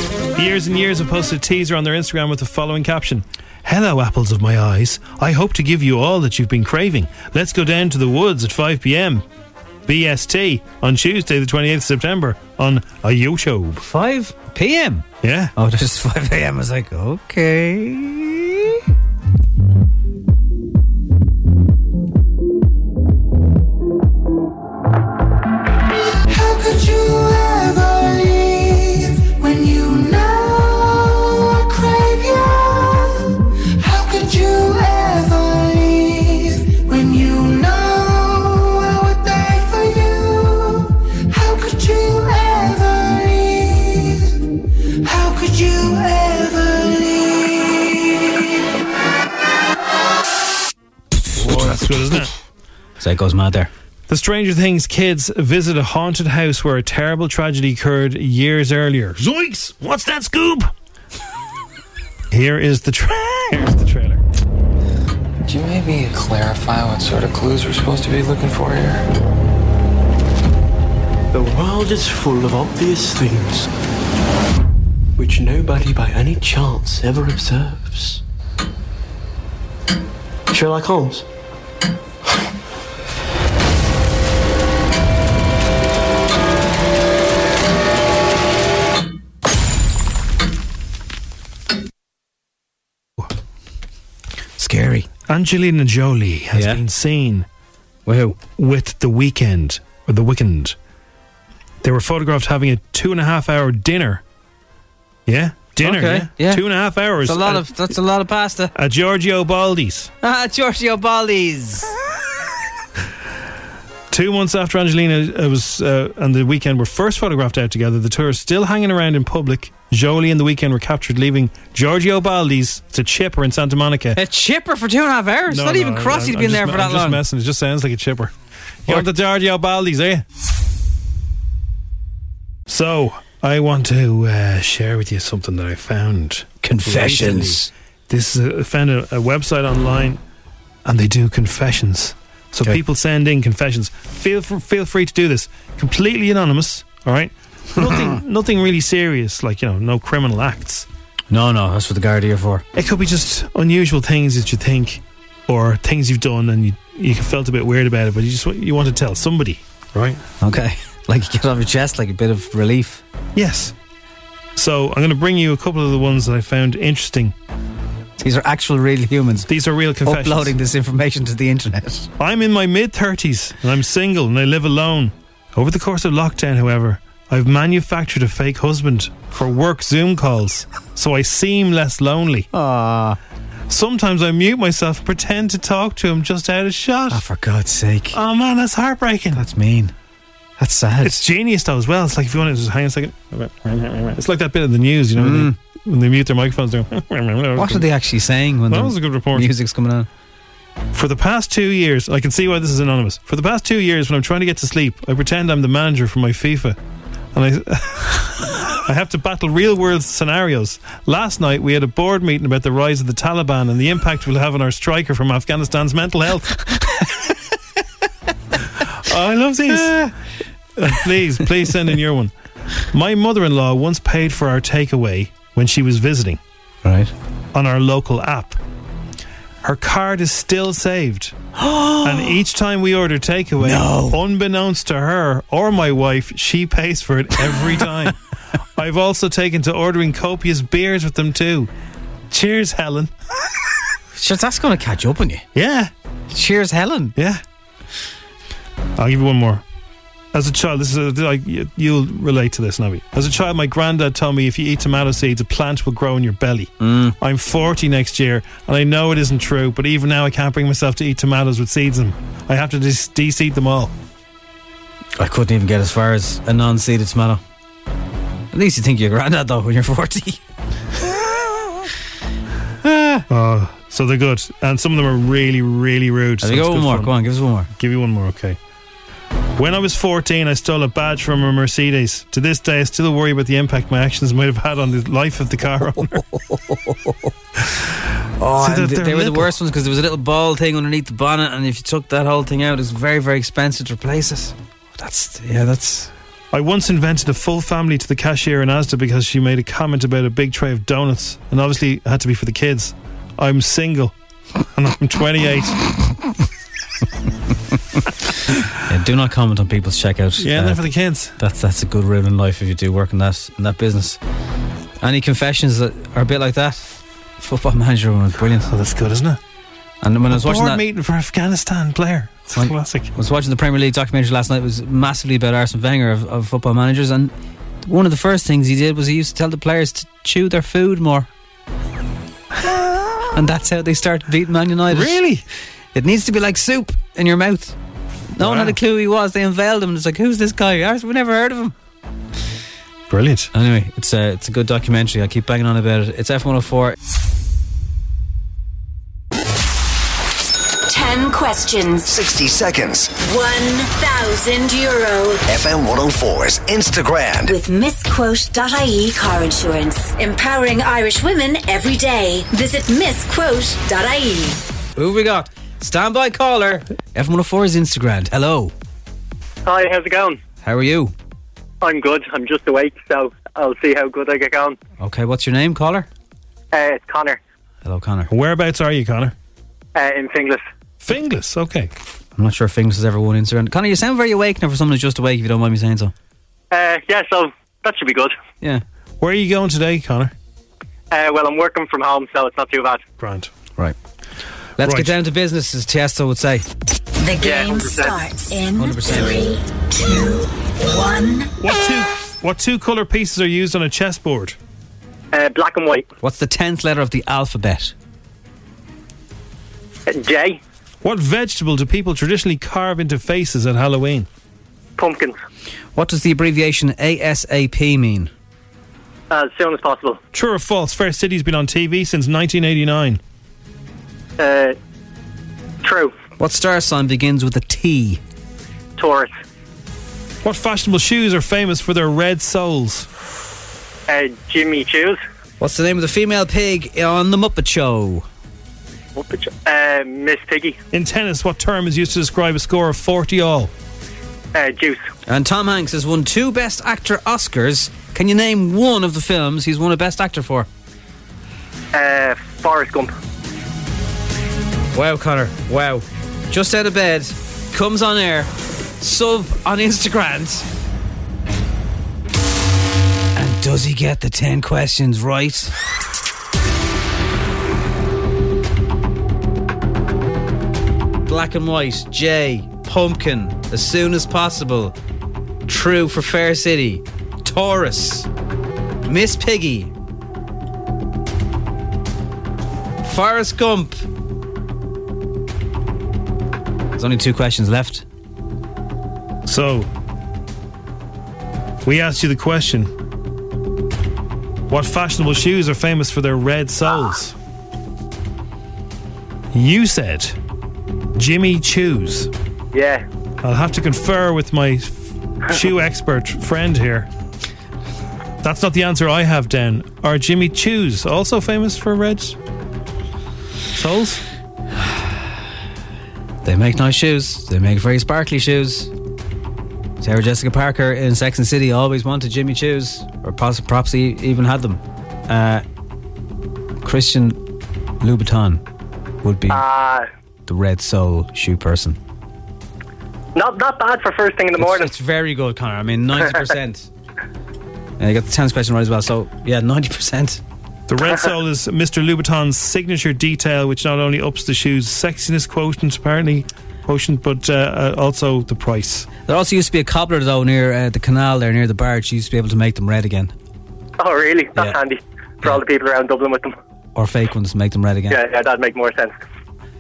Speaker 2: Years and years have posted a teaser on their Instagram with the following caption Hello, apples of my eyes. I hope to give you all that you've been craving. Let's go down to the woods at 5 pm. BST on Tuesday, the 28th of September on a YouTube.
Speaker 3: 5 p.m.
Speaker 2: Yeah.
Speaker 3: Oh, (laughs) there's 5 a.m. I was like, okay.
Speaker 11: How could you ever leave when you know I crave you? How
Speaker 2: good, isn't it?
Speaker 12: So it goes mad there.
Speaker 2: The Stranger Things kids visit a haunted house where a terrible tragedy occurred years earlier. Zoinks! What's that scoop? Here is the tra- (laughs) here's the trailer.
Speaker 13: Could you maybe clarify what sort of clues we're supposed to be looking for here?
Speaker 14: The world is full of obvious things which nobody by any chance ever observes. Sherlock Holmes.
Speaker 2: Scary. Angelina Jolie has been seen wow. with The Weekend or The Weekend. They were photographed having a two and a half hour dinner. Yeah, dinner.
Speaker 12: Okay,
Speaker 2: Yeah?
Speaker 12: yeah.
Speaker 2: two and a half hours.
Speaker 12: That's a lot
Speaker 2: at-
Speaker 12: of that's a lot of pasta. (laughs)
Speaker 2: at Giorgio Baldi's.
Speaker 12: Ah, Giorgio Baldi's.
Speaker 2: Two months after Angelina uh, was uh, and the weekend were first photographed out together, the two are still hanging around in public. Jolie and the weekend were captured leaving Giorgio Baldi's to Chipper in Santa Monica.
Speaker 12: A chipper for two and a half hours.
Speaker 2: No,
Speaker 12: not
Speaker 2: no,
Speaker 12: even Crossy
Speaker 2: I'm-
Speaker 12: to be in
Speaker 2: I'm
Speaker 12: there
Speaker 2: just-
Speaker 12: for that
Speaker 2: I'm
Speaker 12: long.
Speaker 2: Just messing. It just sounds like a chipper. You want the Giorgio Baldi's, eh? So I want to uh, share with you something that I found.
Speaker 3: Confessions.
Speaker 2: recently. This is a, I found a, a website online, and they do confessions. So
Speaker 3: Okay.
Speaker 2: people send in confessions. Feel fr- feel free to do this. Completely anonymous. All
Speaker 3: (laughs)
Speaker 2: right. nothing nothing really serious, like you know, no criminal acts.
Speaker 3: No, no, that's what the guard are here for.
Speaker 2: It could be just unusual things that you think, or things you've done and you you felt a bit weird about it, but you just want- you want to tell somebody, right?
Speaker 3: Okay. (laughs) Like you get off your chest, like a bit of relief.
Speaker 2: Yes. So I'm going to bring you a couple of the ones that I found interesting.
Speaker 3: These are actual, real humans.
Speaker 2: These are real confessions.
Speaker 3: Uploading this information to the internet.
Speaker 2: I'm in my mid 30s and I'm single and I live alone. Over the course of lockdown, however, I've manufactured a fake husband for work Zoom calls, so I seem less lonely. Ah. Sometimes I mute myself, and pretend to talk to him just out of shot.
Speaker 3: Ah, For God's sake.
Speaker 2: Oh man, that's heartbreaking.
Speaker 3: That's mean. That's sad.
Speaker 2: It's genius though as well. It's like if you want to just hang on a second. It's like that bit of the news, you know, when,
Speaker 3: Mm.
Speaker 2: they, when they mute their microphones. They're (laughs)
Speaker 3: What are they actually saying when
Speaker 2: That
Speaker 3: the
Speaker 2: was a good report.
Speaker 3: music's coming on?
Speaker 2: For the past two years, I can see why this is anonymous. For the past two years, when I'm trying to get to sleep, I pretend I'm the manager for my FIFA, and I I (laughs) have to battle real world scenarios. Last night, we had a board meeting about the rise of the Taliban and the impact it will have on our striker from Afghanistan's mental health. Oh, I love these. Uh, please, please send in your one. My mother in law once paid for our takeaway when she was visiting.
Speaker 3: Right.
Speaker 2: On our local app. Her card is still saved. and each time we order takeaway, unbeknownst to her or my wife, she pays for it every time. I've also taken to ordering copious beers with them too. Cheers, Helen.
Speaker 3: Sure, that's going to catch up on you.
Speaker 2: Yeah.
Speaker 3: Cheers, Helen.
Speaker 2: Yeah. I'll give you one more. As a child, this is a, like you- you'll relate to this, Nobby. As a child, my granddad told me if you eat tomato seeds, a plant will grow in your belly.
Speaker 3: Mm.
Speaker 2: I'm 40 next year, and I know it isn't true, but even now I can't bring myself to eat tomatoes with seeds in them. I have to dis- de-seed them all.
Speaker 3: I couldn't even get as far as a non seeded tomato. At least you think you're granddad, though, when you're 40.
Speaker 2: Oh, so they're good, and some of them are really, really rude.
Speaker 3: There
Speaker 2: so
Speaker 3: we
Speaker 2: it's
Speaker 3: go, one
Speaker 2: good
Speaker 3: more.
Speaker 2: fun.
Speaker 3: Go on, give us one more.
Speaker 2: Give you one more, okay. When I was 14, I stole a badge from a Mercedes. To this day, I still worry about the impact my actions might have had on the life of the car owner.
Speaker 3: Oh,
Speaker 2: See,
Speaker 3: and
Speaker 2: they're-
Speaker 3: they
Speaker 2: they're
Speaker 3: were the
Speaker 2: little.
Speaker 3: worst ones because there was a little ball thing underneath the bonnet, and if you took that whole thing out, it's very, very expensive to replace it. That's yeah, that's
Speaker 2: I once invented a full family to the cashier in Asda because she made a comment about a big tray of donuts, and obviously it had to be for the kids. I'm single, and I'm
Speaker 3: (laughs)
Speaker 2: 28.
Speaker 3: yeah, do not comment on people's checkouts.
Speaker 2: Yeah,
Speaker 3: Uh,
Speaker 2: they're for the kids.
Speaker 3: that's that's a good rule in life if you do work in that in that business. Any confessions that are a bit like that? Football (laughs) manager one was brilliant.
Speaker 2: Oh, that's good, isn't it?
Speaker 3: And when I was
Speaker 2: a
Speaker 3: watching
Speaker 2: board
Speaker 3: that,
Speaker 2: meeting for Afghanistan player. It's a
Speaker 3: When-
Speaker 2: classic.
Speaker 3: I was watching the Premier League documentary last night. It was massively about Arsene Wenger of, of football managers, and one of the first things he did was he used to tell the players to chew their
Speaker 2: (laughs)
Speaker 3: food more, and that's how they started beating Man United.
Speaker 2: Really?
Speaker 3: It needs to be like soup in your mouth. No one had a clue who he was. They unveiled him. and It's like, who's this guy? Ars- We never heard of him.
Speaker 2: Brilliant.
Speaker 3: Anyway, it's a it's a good documentary. I keep banging on about it. It's oh F one hundred four.
Speaker 5: 10 questions.
Speaker 1: 60 seconds.
Speaker 5: 1,000 euro.
Speaker 1: FM 104's Instagram.
Speaker 5: With misquote.ie E car insurance. Empowering Irish women every day. Visit
Speaker 15: E.
Speaker 5: misquote.ie.
Speaker 3: Who we got? Standby caller. F104's Instagram. Hello.
Speaker 16: Hi, how's it going?
Speaker 3: How are you?
Speaker 16: I'm good. I'm just awake, so I'll see how good I get going.
Speaker 3: Okay, what's your name, caller?
Speaker 16: Uh, it's Connor
Speaker 3: Hello, Connor.
Speaker 2: Whereabouts are you, Connor?
Speaker 16: uh, in Finglas.
Speaker 2: Finglas, okay.
Speaker 3: I'm not sure if Finglas has ever won Instagram. Connor, you sound very awake now for someone who's just awake, if you don't mind me saying so.
Speaker 16: Uh, yeah, so that should be good.
Speaker 3: Yeah.
Speaker 2: Where are you going today, Connor?
Speaker 16: Uh, well, I'm working from home, so it's not too bad.
Speaker 2: Grant.
Speaker 3: Right. Let's get down to business, as Tiesto would say.
Speaker 5: The game starts in 3, 2, 1.
Speaker 2: What two? What two color pieces are used on a chessboard?
Speaker 16: Uh, black and white.
Speaker 3: What's the 10th letter of the alphabet?
Speaker 16: J.
Speaker 2: What vegetable do people traditionally carve into faces at Halloween?
Speaker 16: Pumpkins.
Speaker 3: What does the abbreviation ASAP mean?
Speaker 16: As soon as possible.
Speaker 2: True or false? Fair City's been on TV since 1989.
Speaker 16: Uh, true.
Speaker 3: What star sign begins with a T?
Speaker 16: Taurus.
Speaker 2: What fashionable shoes are famous for their red soles?
Speaker 16: Uh, Jimmy Choose.
Speaker 3: What's the name of the female pig on The Muppet Show?
Speaker 16: Uh, Miss Piggy.
Speaker 2: In tennis, what term is used to describe a score of 40 all?
Speaker 16: Uh, juice.
Speaker 3: And Tom Hanks has won two Best Actor Oscars. Can you name one of the films he's won a Best Actor for?
Speaker 16: Uh, Forrest Gump.
Speaker 3: Wow, Connor. Wow. Just out of bed, comes on air, sub on Instagram. And does he get the 10 questions right? Black and white, J, pumpkin, as soon as possible. True for Fair City, Taurus, Miss Piggy, Forrest Gump. There's only two questions left.
Speaker 2: So, we asked you the question What fashionable shoes are famous for their red soles? You said Jimmy Choos.
Speaker 16: Yeah.
Speaker 2: I'll have to confer with my f- shoe expert friend here. That's not the answer I have down. Are Jimmy Choos also famous for red soles?
Speaker 3: They make nice shoes. They make very sparkly shoes. Sarah Jessica Parker in Sex and City always wanted Jimmy Choos, or pos- perhaps he even had them. Uh, Christian Louboutin would be
Speaker 16: Uh,
Speaker 3: the red sole shoe person.
Speaker 16: not not bad for first thing in the morning.
Speaker 3: It's very good, Connor. I mean, 90%.
Speaker 16: (laughs)
Speaker 3: And you got the 10th question right as well. So, yeah, 90%.
Speaker 2: The red sole is Mr. Louboutin's signature detail, which not only ups the shoe's sexiness quotient, apparently, quotient, but uh, uh, also the price.
Speaker 3: There also used to be a cobbler, though, near uh, the canal there, near the barge. She used to be able to make them red again,
Speaker 16: (laughs) Oh, really? That's handy for all the people around Dublin with them.
Speaker 3: or fake ones to make them red again.
Speaker 16: Yeah, yeah, that'd make more sense.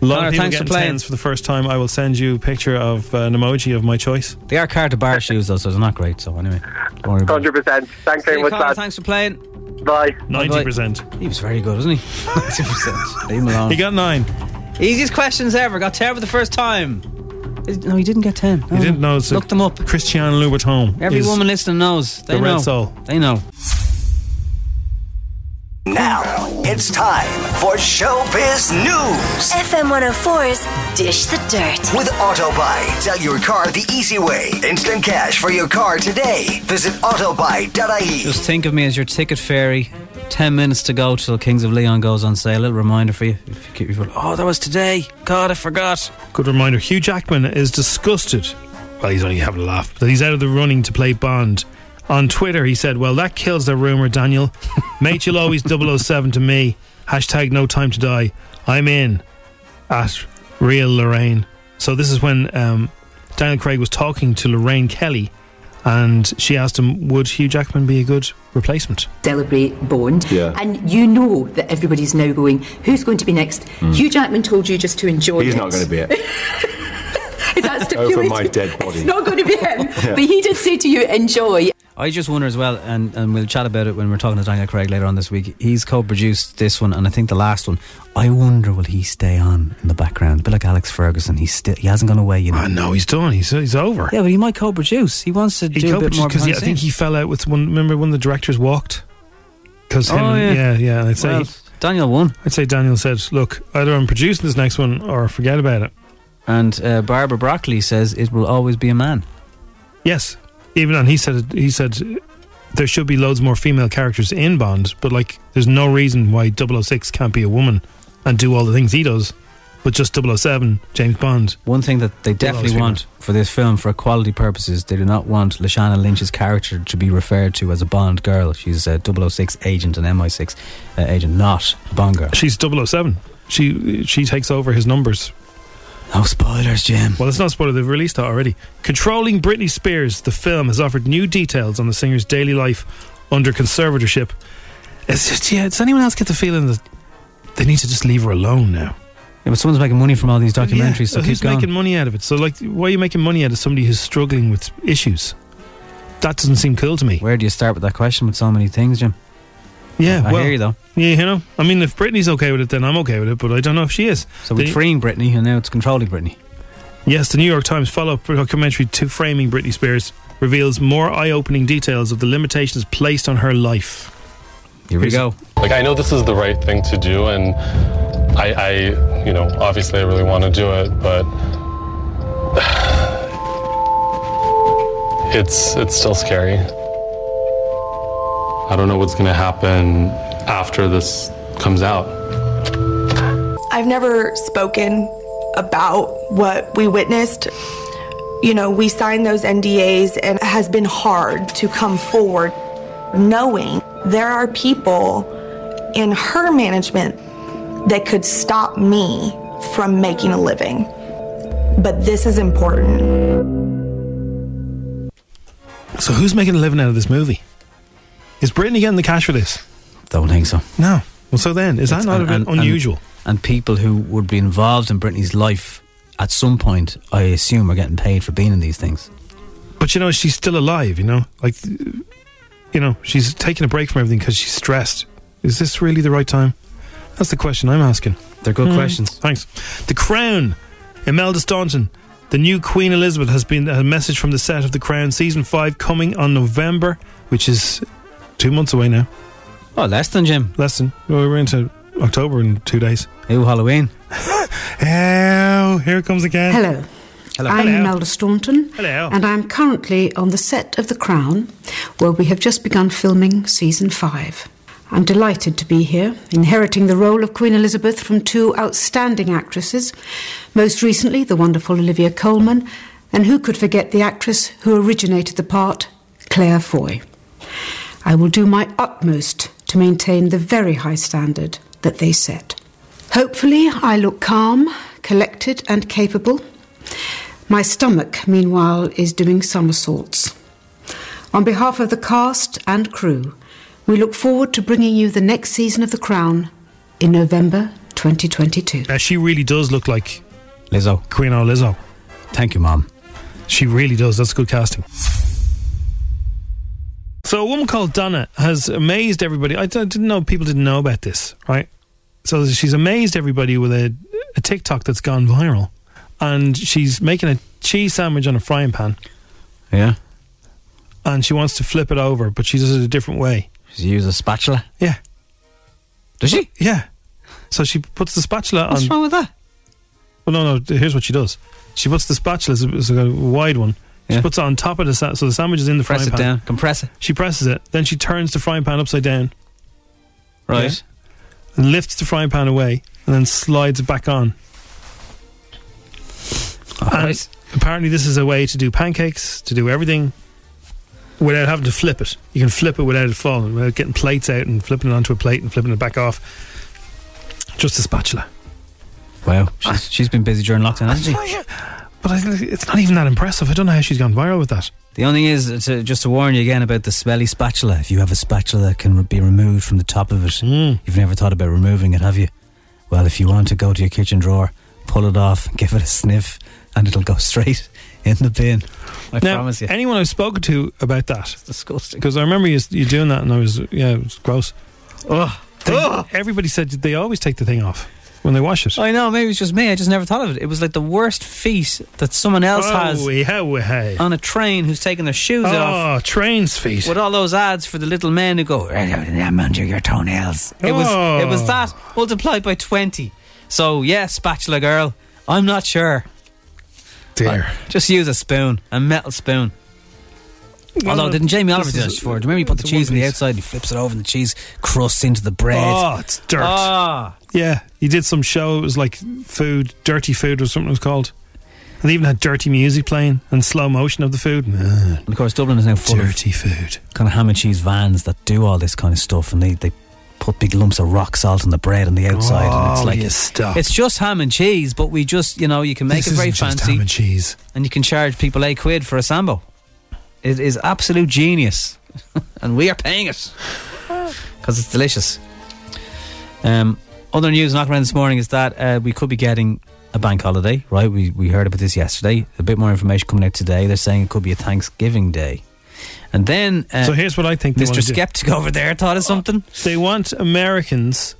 Speaker 2: A lot
Speaker 3: Connor,
Speaker 2: of people
Speaker 3: thanks for
Speaker 2: getting
Speaker 3: playing.
Speaker 2: tens for the first time. I will send you a picture of uh, an emoji of my choice.
Speaker 3: They are car to
Speaker 2: (laughs)
Speaker 3: bar shoes, though, so they're not great. So, anyway, don't worry about it.
Speaker 16: Hundred percent. Thanks
Speaker 3: See
Speaker 16: very
Speaker 3: you,
Speaker 16: much,
Speaker 3: Connor.
Speaker 16: lad.
Speaker 3: Thanks for playing.
Speaker 16: Bye.
Speaker 2: 90%.
Speaker 3: He was very good,
Speaker 2: (laughs)
Speaker 3: wasn't he? 90%. Leave him alone.
Speaker 2: He got nine.
Speaker 3: Easiest questions ever. Got 10 for the first time. Is- No, he didn't get 10.
Speaker 2: You didn't know. So Look
Speaker 3: them Mm. up.
Speaker 2: Christian Louboutin.
Speaker 3: Every
Speaker 2: is
Speaker 3: woman listening knows. They
Speaker 2: the
Speaker 3: know.
Speaker 2: red sole.
Speaker 3: They know.
Speaker 1: Now it's time for Showbiz News.
Speaker 5: FM 104's Dish the Dirt.
Speaker 1: With Autobuy, sell your car the easy way. Instant cash for your car today. Visit autobuy.ie.
Speaker 3: Just think of me as your ticket fairy. 10 minutes to go till Kings of Leon goes on sale. A little reminder for you. If you keep your foot- Oh, that was today. God, I forgot.
Speaker 2: Good reminder. Hugh Jackman is disgusted. Well, he's only having a laugh. That he's out of the running to play Bond. On Twitter, he said, "Well, that kills the rumor, (laughs) Daniel. Mate, you'll always 007 to me. Hashtag No Time to Die. I'm in at real Lorraine. So this is when um, Daniel Craig was talking to Lorraine Kelly, and she asked him, "Would Hugh Jackman be a good replacement?"
Speaker 13: celebrate Bond.
Speaker 2: Yeah.
Speaker 13: And you know that everybody's now going, who's going to be next?
Speaker 17: Mm.
Speaker 13: Hugh Jackman told you just to enjoy
Speaker 17: He's
Speaker 13: it.
Speaker 17: not going to be it.
Speaker 13: Is that
Speaker 17: Over
Speaker 13: stipulated?
Speaker 17: my dead body.
Speaker 3: (laughs)
Speaker 13: It's not going to be him.
Speaker 17: Yeah.
Speaker 13: But he did say to you, enjoy.
Speaker 3: I just wonder as well, and, and we'll chat about it when we're talking to Daniel Craig later on this week. He's co produced this one and I think the last one. I wonder will he stay on in the background? A bit like Alex Ferguson. He's still he hasn't gone away, you know.
Speaker 2: I know he's done. He's he's over.
Speaker 3: Yeah, but he might co produce. He wants to
Speaker 2: He
Speaker 3: do a bit
Speaker 2: co-produced
Speaker 3: more
Speaker 2: 'cause, yeah,
Speaker 3: behind
Speaker 2: I
Speaker 3: the
Speaker 2: think
Speaker 3: scenes.
Speaker 2: he fell out with one. Remember when the directors walked? Because him,
Speaker 3: Oh, yeah.
Speaker 2: and- yeah, yeah. I'd say
Speaker 3: Well, Daniel won.
Speaker 2: I'd say Daniel said, "Look, either I'm producing this next one or forget about it."
Speaker 3: And uh, Barbara Broccoli says it will always be a man.
Speaker 2: Yes, even on he said he said there should be loads more female characters in Bond, but like there's no reason why 006 can't be a woman and do all the things he does, but just 007 James Bond.
Speaker 3: One thing that they
Speaker 2: Well,
Speaker 3: definitely
Speaker 2: obviously
Speaker 3: want for this film, for equality purposes, they do not want Lashana Lynch's character to be referred to as a Bond girl. She's a 006 agent, an MI6 uh, agent, not a Bond girl.
Speaker 2: She's 007. She she takes over his numbers.
Speaker 3: No spoilers, Jim.
Speaker 2: Well, it's not spoiler. They've released that already. Controlling Britney Spears, the film has offered new details on the singer's daily life under conservatorship. It's just yeah. Does anyone else get the feeling that they need to just leave her alone now?
Speaker 3: Yeah, but someone's making money from all these documentaries, so
Speaker 2: who's
Speaker 3: keep going.
Speaker 2: making money out of it? So, like, why are you making money out of somebody who's struggling with issues? That doesn't seem cool to me.
Speaker 3: Where do you start with that question with so many things, Jim?
Speaker 2: Yeah,
Speaker 3: I
Speaker 2: well,
Speaker 3: hear you though.
Speaker 2: Yeah, you know, I mean, if Britney's okay with it, then I'm okay with it. But I don't know if she is.
Speaker 3: So we're
Speaker 2: The-
Speaker 3: freeing Britney, and now it's controlling Britney.
Speaker 2: Yes, the New York Times follow up documentary to Framing Britney Spears reveals more eye opening details of the limitations placed on her life.
Speaker 3: Here
Speaker 2: we go.
Speaker 13: Like I know this is the right thing to do, and I, I you know, obviously I really want to do it, but (sighs) it's it's still scary. I don't know what's gonna happen after this comes out.
Speaker 18: I've never spoken about what we witnessed. You know, we signed those NDAs, and it has been hard to come forward knowing there are people in her management that could stop me from making a living. But this is important.
Speaker 2: So, who's making a living out of this movie? Is Britney getting the cash for this?
Speaker 3: Don't think so.
Speaker 2: No. Well, so then, is that
Speaker 3: It's-
Speaker 2: not
Speaker 3: and-
Speaker 2: a
Speaker 3: and-
Speaker 2: bit unusual?
Speaker 3: And, and people who would be involved in Britney's life at some point, I assume, are getting paid for being in these things.
Speaker 2: But you know, she's still alive. You know, like, you know, she's taking a break from everything because she's stressed. Is this really the right time? That's the question I'm asking.
Speaker 3: They're
Speaker 5: Mm.
Speaker 2: Hmm.
Speaker 3: good questions.
Speaker 2: Thanks. The Crown, Imelda Staunton, the new Queen Elizabeth has been a message from the set of The Crown season five coming on November, which is two months away now.
Speaker 3: Oh, less than Jim.
Speaker 2: Less than. Well, we're into October in two days.
Speaker 3: Oh, Halloween.
Speaker 2: oh, here it comes again.
Speaker 5: Hello. I'm Imelda Staunton.
Speaker 2: Hello.
Speaker 5: And I'm currently on the set of The Crown, where we have just begun filming season five. I'm delighted to be here, inheriting the role of Queen Elizabeth from two outstanding actresses, most recently, the wonderful Olivia Colman, and who could forget the actress who originated the part, Claire Foy. I will do my utmost to maintain the very high standard that they set. Hopefully, I look calm, collected, and capable. My stomach, meanwhile, is doing somersaults. On behalf of the cast and crew, we look forward to bringing you the next season of The Crown in November 2022.
Speaker 2: Uh, she really does look like
Speaker 3: Lizzo,
Speaker 2: Queen O Lizzo.
Speaker 3: Thank you, Mom.
Speaker 2: She really does. That's good casting. So a woman called Donna has amazed everybody. I d- I didn't know people didn't know about this, right? So she's amazed everybody with a, a TikTok that's gone viral, and she's making a cheese sandwich on a frying pan,
Speaker 3: Yeah.
Speaker 2: and she wants to flip it over, but she does it a different way.
Speaker 3: She uses a spatula.
Speaker 2: Yeah.
Speaker 3: Does she?
Speaker 2: Yeah. So she puts the spatula
Speaker 3: What's
Speaker 2: on.
Speaker 3: wrong with that?
Speaker 2: Well, no, no. Here's what she does. She puts the spatula. It's a, it's a wide one. She puts it on top of the sa- so the sandwich is in the
Speaker 3: Press
Speaker 2: frying
Speaker 3: it
Speaker 2: pan.
Speaker 3: down, compress it.
Speaker 2: She presses it. Then she turns the frying pan upside down.
Speaker 3: Right.
Speaker 2: Yeah? Lifts the frying pan away and then slides it back on. And Apparently, this is a way to do pancakes, to do everything without having to flip it. You can flip it without it falling, without getting plates out and flipping it onto a plate and flipping it back off. Just a spatula.
Speaker 3: Wow. She's, she's been busy during lockdown, hasn't she?
Speaker 2: But I, it's not even that impressive. I don't know how she's gone viral with that.
Speaker 3: The only thing is, to, just to warn you again about the smelly spatula. If you have a spatula that can be removed from the top of it, you've never thought about removing it, have you? (laughs) Well, if you want to go to your kitchen drawer, pull it off, give it a sniff, and it'll go straight in the bin. I promise you.
Speaker 2: Anyone I've spoken to about that? It's
Speaker 3: disgusting.
Speaker 2: Because I remember you, you doing that, and I was yeah, it was gross. Ugh. Everybody said they always take the thing off when they wash it.
Speaker 3: I know, maybe it's just me. I just never thought of it. It was like the worst feet that someone else
Speaker 2: Oh,
Speaker 3: has
Speaker 2: yeah, hey.
Speaker 3: on a train who's taking their shoes
Speaker 2: Oh,
Speaker 3: off.
Speaker 2: train's feet.
Speaker 3: With all those ads for the little men who go, "Right out of them under your toenails. It
Speaker 2: Oh.
Speaker 3: was it was that multiplied by twenty. So yeah, spatula girl. I'm not sure.
Speaker 2: Dear.
Speaker 3: just use a spoon, a metal spoon.
Speaker 2: Well,
Speaker 3: Although didn't Jamie Oliver
Speaker 2: this
Speaker 3: do that
Speaker 2: is-
Speaker 3: before? Do you remember he put the
Speaker 2: it's a one
Speaker 3: cheese on the
Speaker 2: piece.
Speaker 3: outside and he flips it over and the cheese crusts into the bread?
Speaker 2: Oh, it's dirt.
Speaker 3: Ah.
Speaker 2: Yeah, he did some show. It was like food, dirty food, or something it was called. And they even had dirty music playing and slow motion of the food. And
Speaker 3: of course, Dublin is now full
Speaker 2: dirty food.
Speaker 3: kind of ham and cheese vans that do all this kind of stuff, and they, they put big lumps of rock salt on the bread on the outside, and
Speaker 2: Oh,
Speaker 3: it's like
Speaker 2: you stop.
Speaker 3: it's just ham and cheese, but we just you know you can make
Speaker 2: This
Speaker 3: it very
Speaker 2: isn't just
Speaker 3: fancy
Speaker 2: ham and cheese,
Speaker 3: and you can charge people eight quid for a sambo. It is absolute genius, (laughs) and we are
Speaker 2: (laughs)
Speaker 3: paying it because it's delicious. Um, other news knock around this morning is that uh, we could be getting a bank holiday, right? We we heard about this yesterday. A bit more information coming out today. They're saying it could be a Thanksgiving day, and then uh,
Speaker 2: So here's what I think they
Speaker 3: Mr.
Speaker 2: wanna do.
Speaker 3: Skeptic over there thought of something.
Speaker 2: They want Americans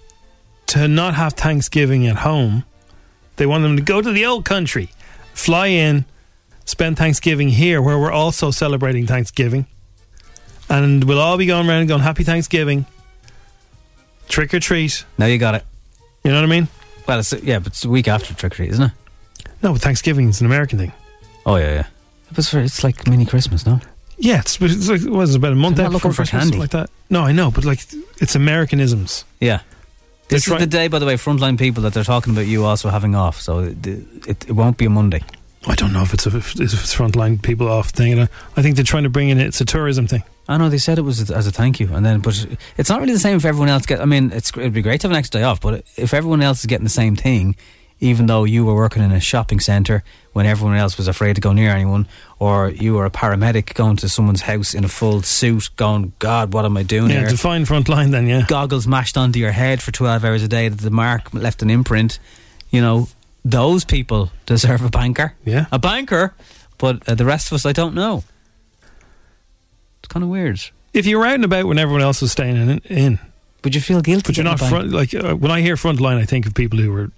Speaker 2: to not have Thanksgiving at home. They want them to go to the old country, fly in, spend Thanksgiving here, where we're also celebrating Thanksgiving. And we'll all be going around going, Happy Thanksgiving, trick or treat.
Speaker 3: Now you got it.
Speaker 2: You know what I mean?
Speaker 3: Well, it's, yeah, but it's a week after trick or treat, isn't it?
Speaker 2: No, but Thanksgiving's an American thing.
Speaker 3: Oh yeah, yeah. It was for, it's like mini Christmas, no?
Speaker 2: Yeah, it's, it's like, what is it, about a month
Speaker 3: They're
Speaker 2: out
Speaker 3: not looking
Speaker 2: before
Speaker 3: for
Speaker 2: Christmas, something
Speaker 3: candy.
Speaker 2: like that. No, I know, but like it's Americanisms.
Speaker 3: Yeah.
Speaker 2: They're
Speaker 3: This
Speaker 2: try-
Speaker 3: is the day, by the way, frontline people that they're talking about you also having off, so it, it, it won't be a Monday.
Speaker 2: I don't know if it's a, if it's frontline people off thing. And I, I think they're trying to bring in it's a tourism thing.
Speaker 3: I know they said it was as a thank you, and then but it's not really the same if everyone else get. I mean, it's it'd be great to have an extra day off, but if everyone else is getting the same thing, even though you were working in a shopping centre when everyone else was afraid to go near anyone, or you were a paramedic going to someone's house in a full suit, going, "God, what am I doing
Speaker 2: yeah,
Speaker 3: here?"
Speaker 2: define frontline then. Yeah,
Speaker 3: goggles mashed onto your head for twelve hours a day that the mark left an imprint. You know, those people deserve a banker.
Speaker 2: Yeah,
Speaker 3: a banker. But uh, the rest of us, I don't know. It's kind of weird.
Speaker 2: if you're out and about when everyone else is staying in, in
Speaker 3: would you feel guilty?
Speaker 2: But you're not
Speaker 3: getting
Speaker 2: front, like uh, when I hear frontline, I think of people who are,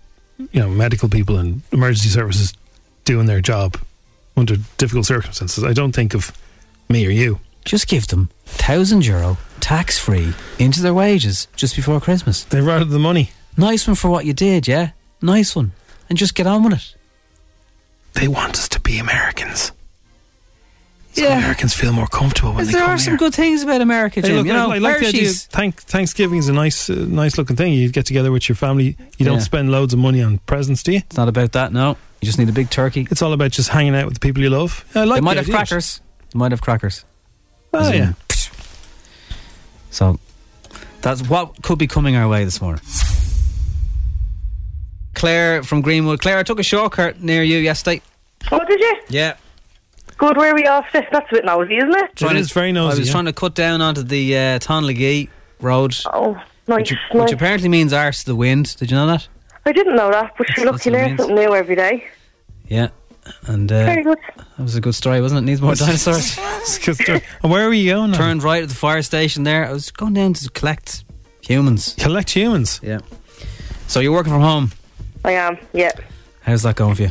Speaker 2: you know, medical people and emergency services doing their job under difficult circumstances. I don't think of me or you.
Speaker 3: Just give them thousand euro tax free into their wages just before Christmas.
Speaker 2: They routed the money.
Speaker 3: Nice one for what you did, yeah. Nice one, and just get on with it.
Speaker 2: They want us to be Americans. So Americans feel more comfortable when they
Speaker 3: Because there
Speaker 2: come
Speaker 3: are some good things about America,
Speaker 2: Hey,
Speaker 3: Jim.
Speaker 2: look,
Speaker 3: you
Speaker 2: I-
Speaker 3: know,
Speaker 2: I like the idea.
Speaker 3: Hershey's.
Speaker 2: Thank, Thanksgiving is a nice, uh, nice looking thing. You get together with your family. You don't
Speaker 3: Yeah.
Speaker 2: spend loads of money on presents, do you?
Speaker 3: It's not about that. No, you just need a big turkey.
Speaker 2: It's all about just hanging out with the people you love. I like
Speaker 3: they might
Speaker 2: the
Speaker 3: have
Speaker 2: idea.
Speaker 3: crackers. They might have crackers.
Speaker 2: Oh yeah.
Speaker 3: So that's what could be coming our way this morning. Claire from Greenwood. Claire, I took a shortcut near you yesterday.
Speaker 13: Oh, did you?
Speaker 3: Yeah.
Speaker 13: Good, where are we off to? That's a bit nosy, isn't it?
Speaker 3: Trying to- Mm. I was trying to cut down onto the uh, Tonlagee Road.
Speaker 13: Oh, nice,
Speaker 3: Which,
Speaker 13: nice.
Speaker 3: which apparently means arse to the wind. Did you know that?
Speaker 13: I didn't know that, but you're
Speaker 3: That's
Speaker 13: lucky
Speaker 3: what it
Speaker 13: there,
Speaker 3: means.
Speaker 13: something new every day.
Speaker 3: Yeah. And uh,
Speaker 13: Very good.
Speaker 3: that was a good story, wasn't it?
Speaker 2: (laughs)
Speaker 3: Needs
Speaker 13: (laughs)
Speaker 3: more dinosaurs.
Speaker 2: and where were you going?
Speaker 3: Turned right at the fire station there. I was going down to collect humans.
Speaker 2: Collect humans?
Speaker 3: Yeah. So you're working from home.
Speaker 13: I am, yeah.
Speaker 3: How's that going for you?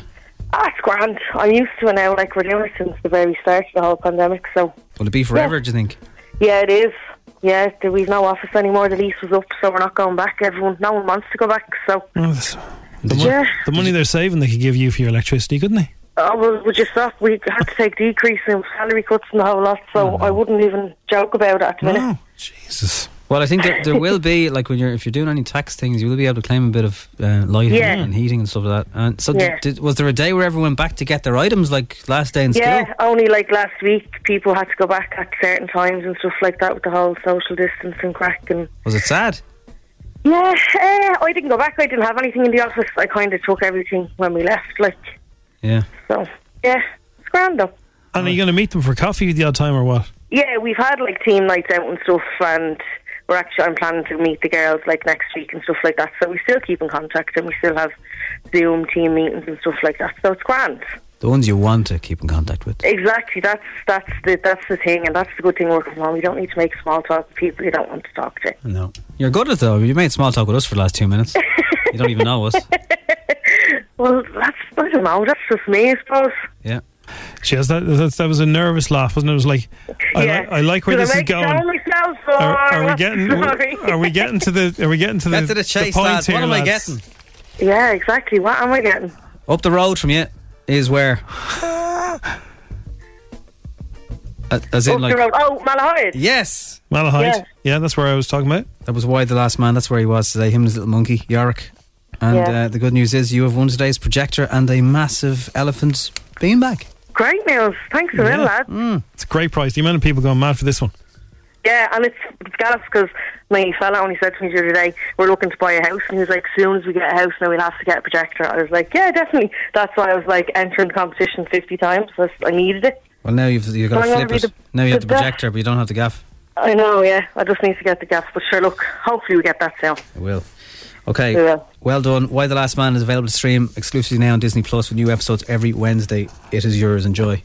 Speaker 13: Ah, it's grand. I'm used to it now, like we're doing it since the very start of the whole pandemic, so
Speaker 3: Will it be forever, do you think?
Speaker 13: yeah, it is. Yeah, there was no office anymore, the lease was up, so we're not going back. Everyone, no one wants to go back, so.
Speaker 2: Oh, that's- the, mon-
Speaker 13: Yeah.
Speaker 2: the money they're saving, they could give you for your electricity, couldn't they?
Speaker 13: Oh, well, we just thought we had to take decreasing salary cuts and the whole lot, so I wouldn't even joke about it at the minute.
Speaker 2: Oh, Jesus.
Speaker 3: Well, I think there, there will be like when you're if you're doing any tax things, you will be able to claim a bit of uh, lighting
Speaker 13: Yeah.
Speaker 3: and heating and stuff like that. And so,
Speaker 13: Yeah.
Speaker 3: did, did, was there a day where everyone went back to get their items like last day in
Speaker 13: yeah,
Speaker 3: school?
Speaker 13: only like last week, people had to go back at certain times and stuff like that with the whole social distancing crack. And
Speaker 3: Was it sad?
Speaker 13: yeah, uh, I didn't go back. I didn't have anything in the office. I kind of took everything when we left. Like,
Speaker 3: Yeah.
Speaker 13: so yeah, it's grand though.
Speaker 2: And are you going to meet them for coffee the odd time or what?
Speaker 13: Yeah, we've had like team nights out and stuff, and we're actually I'm planning to meet the girls like next week and stuff like that. So we still keep in contact, and we still have Zoom team meetings and stuff like that. So it's grand.
Speaker 3: the ones you want to keep in contact with.
Speaker 13: Exactly. That's that's the that's the thing, and that's the good thing working from home. You don't need to make small talk with people you don't want to talk to.
Speaker 3: No, you're good at it, though. You made small talk with us for the last two
Speaker 13: (laughs)
Speaker 3: minutes. you don't even know us.
Speaker 13: Well, that's I don't know. That's just me, I suppose.
Speaker 3: Yeah.
Speaker 2: She has that, that. That was a nervous laugh, wasn't it? It was like, I,
Speaker 13: Yeah.
Speaker 2: like, I like where
Speaker 13: Did I
Speaker 2: this is
Speaker 13: make it
Speaker 2: going.
Speaker 13: sound myself,
Speaker 2: Are, are we
Speaker 13: or- (laughs)
Speaker 2: getting?
Speaker 13: Sorry.
Speaker 2: Are we getting to the? Are we getting to the?
Speaker 3: Get to the chase,
Speaker 2: point
Speaker 3: lads.
Speaker 2: here,
Speaker 3: What am I
Speaker 2: lads?
Speaker 3: getting?
Speaker 13: Yeah, exactly. What am I getting?
Speaker 3: Up the road from you is
Speaker 13: (laughs)
Speaker 3: where. A- As in,
Speaker 13: Up
Speaker 3: like,
Speaker 13: the road. Oh, Malahide.
Speaker 3: Yes.
Speaker 13: Malahide. Yeah.
Speaker 3: Yeah, that's where I was talking about. That was why the last man. That's where he was today. Him and his little monkey, Yorick. And
Speaker 13: Yeah.
Speaker 3: uh, the good news is you have won today's projector and a massive elephant beanbag.
Speaker 13: Great news. Thanks a
Speaker 2: Yeah. Mm.
Speaker 13: lot, lad.
Speaker 2: It's a great price. The amount of people going mad for this one.
Speaker 13: Yeah, and it's, it's gas because my fella only said to me the other day, we're looking to buy a house. And he was like, soon as we get a house, now we'll have to get a projector. I was like, yeah, definitely. That's why I was like entering competition 50 times. That's, I needed it.
Speaker 3: Well, now you've you've got
Speaker 13: I'm
Speaker 3: to
Speaker 13: gonna
Speaker 3: flip
Speaker 13: be
Speaker 3: it.
Speaker 13: the-
Speaker 3: now you have the
Speaker 13: the best-
Speaker 3: projector, but you don't have the gaff.
Speaker 13: I know, yeah. I just need to get the gas. But sure, look, hopefully we get that soon.
Speaker 3: I will. Okay.
Speaker 13: We will.
Speaker 3: Well done. Why the Last Man is available to stream exclusively now on Disney Plus with new episodes every Wednesday. It is yours. Enjoy.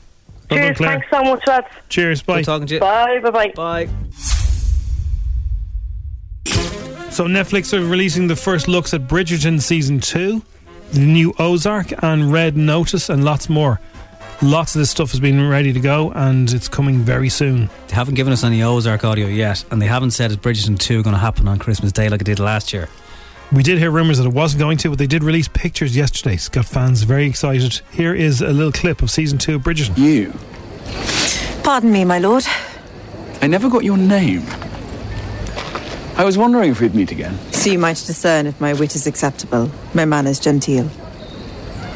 Speaker 3: Well done,
Speaker 13: Cheers.
Speaker 3: Claire.
Speaker 13: Thanks so much, lads.
Speaker 2: Cheers.
Speaker 3: Good talking to you.
Speaker 13: Bye, bye, bye.
Speaker 3: Bye.
Speaker 2: So Netflix are releasing the first looks at Bridgerton season two, the new Ozark, and Red Notice, and lots more. Lots of this stuff has been ready to go, and it's coming very soon.
Speaker 3: They haven't given us any Ozark audio yet, and they haven't said is Bridgerton 2 going to happen on Christmas Day like it did last year.
Speaker 2: We did hear rumours that it wasn't going to, but they did release pictures yesterday. It's got fans very excited. Here is a little clip of season two of Bridgerton.
Speaker 4: You.
Speaker 5: Pardon me, my lord.
Speaker 4: I never got your name. I was wondering if we'd meet again.
Speaker 5: So you might discern if my wit is acceptable, my manners genteel.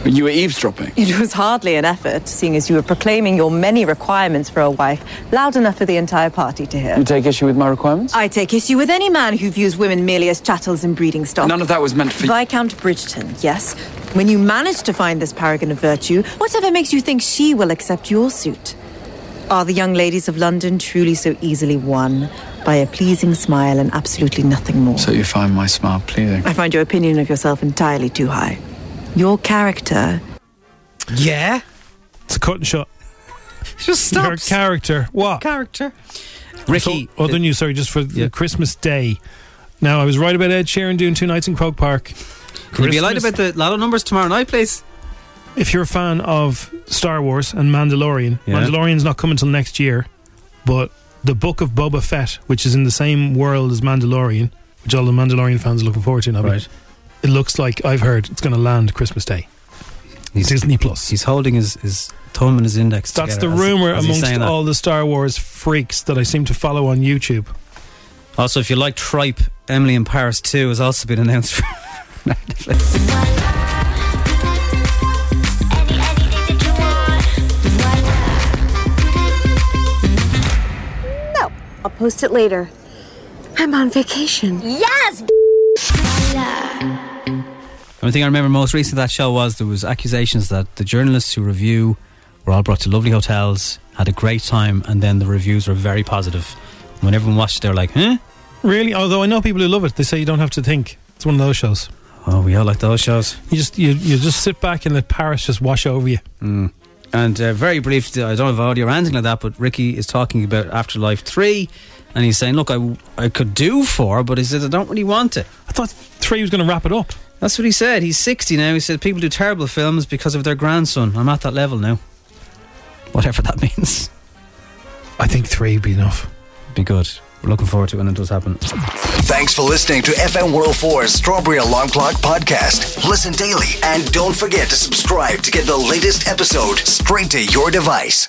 Speaker 4: But you were eavesdropping.
Speaker 5: It was hardly an effort, seeing as you were proclaiming your many requirements for a wife loud enough for the entire party to hear.
Speaker 4: You take issue with my requirements?
Speaker 5: I take issue with any man who views women merely as chattels and breeding stock.
Speaker 4: None of that was meant for you.
Speaker 5: Viscount Bridgerton, yes. When you manage to find this paragon of virtue, whatever makes you think she will accept your suit? Are the young ladies of London truly so easily won by a pleasing smile and absolutely nothing more?
Speaker 4: So you find my smile pleasing.
Speaker 5: I find your opinion of yourself entirely too high. Your character.
Speaker 3: Yeah?
Speaker 2: It's a cut and shut.
Speaker 3: Just
Speaker 2: stop. Your character. What?
Speaker 3: Character. Ricky.
Speaker 2: So, other news, oh, sorry, just for the Christmas Day. Now, I was right about Ed Sheeran doing two nights in Croke Park.
Speaker 3: Can you be allowed
Speaker 2: Christmas-
Speaker 3: about the lotto numbers tomorrow night, please?
Speaker 2: if you're a fan of Star Wars and Mandalorian,
Speaker 3: Yeah.
Speaker 2: Mandalorian's not coming until next year, but the Book of Boba Fett, which is in the same world as Mandalorian, which all the Mandalorian fans are looking forward to now. Right. It looks like I've heard it's going to land Christmas Day. Disney Plus.
Speaker 3: He's holding his, his thumb and his index.
Speaker 2: That's the
Speaker 3: together as-
Speaker 2: rumor
Speaker 3: as he's
Speaker 2: amongst
Speaker 3: saying that.
Speaker 2: all the Star Wars freaks that I seem to follow on YouTube.
Speaker 3: Also, if you like Tripe, Emily in Paris 2 has also been announced for Netflix.
Speaker 19: No, I'll post it later. I'm on vacation. Yes!
Speaker 3: And the thing I remember most recently that show was there was accusations that the journalists who review were all brought to lovely hotels, had a great time, and then the reviews were very positive. And when everyone watched it, they were like, huh?
Speaker 2: Really? Although I know people who love it, they say you don't have to think. It's one of those shows.
Speaker 3: Oh, we all like those shows.
Speaker 2: You just you, you just sit back and let Paris just wash over you.
Speaker 3: Mm. And uh, very brief, I don't have audio or anything like that, but Ricky is talking about Afterlife 3, and he's saying, Look, I, I could do 4, but he says, I don't really want it.
Speaker 2: I thought 3 was going to wrap it up.
Speaker 3: That's what he said. He's 60 now. He said, People do terrible films because of their grandson. I'm at that level now. Whatever that (laughs) means.
Speaker 2: I think 3 would be enough.
Speaker 3: Be good. We're looking forward to it when it does happen.
Speaker 1: Thanks for listening to FM World 4's oh Strawberry Alarm Clock podcast. Listen daily and don't forget to subscribe to get the latest episode straight to your device.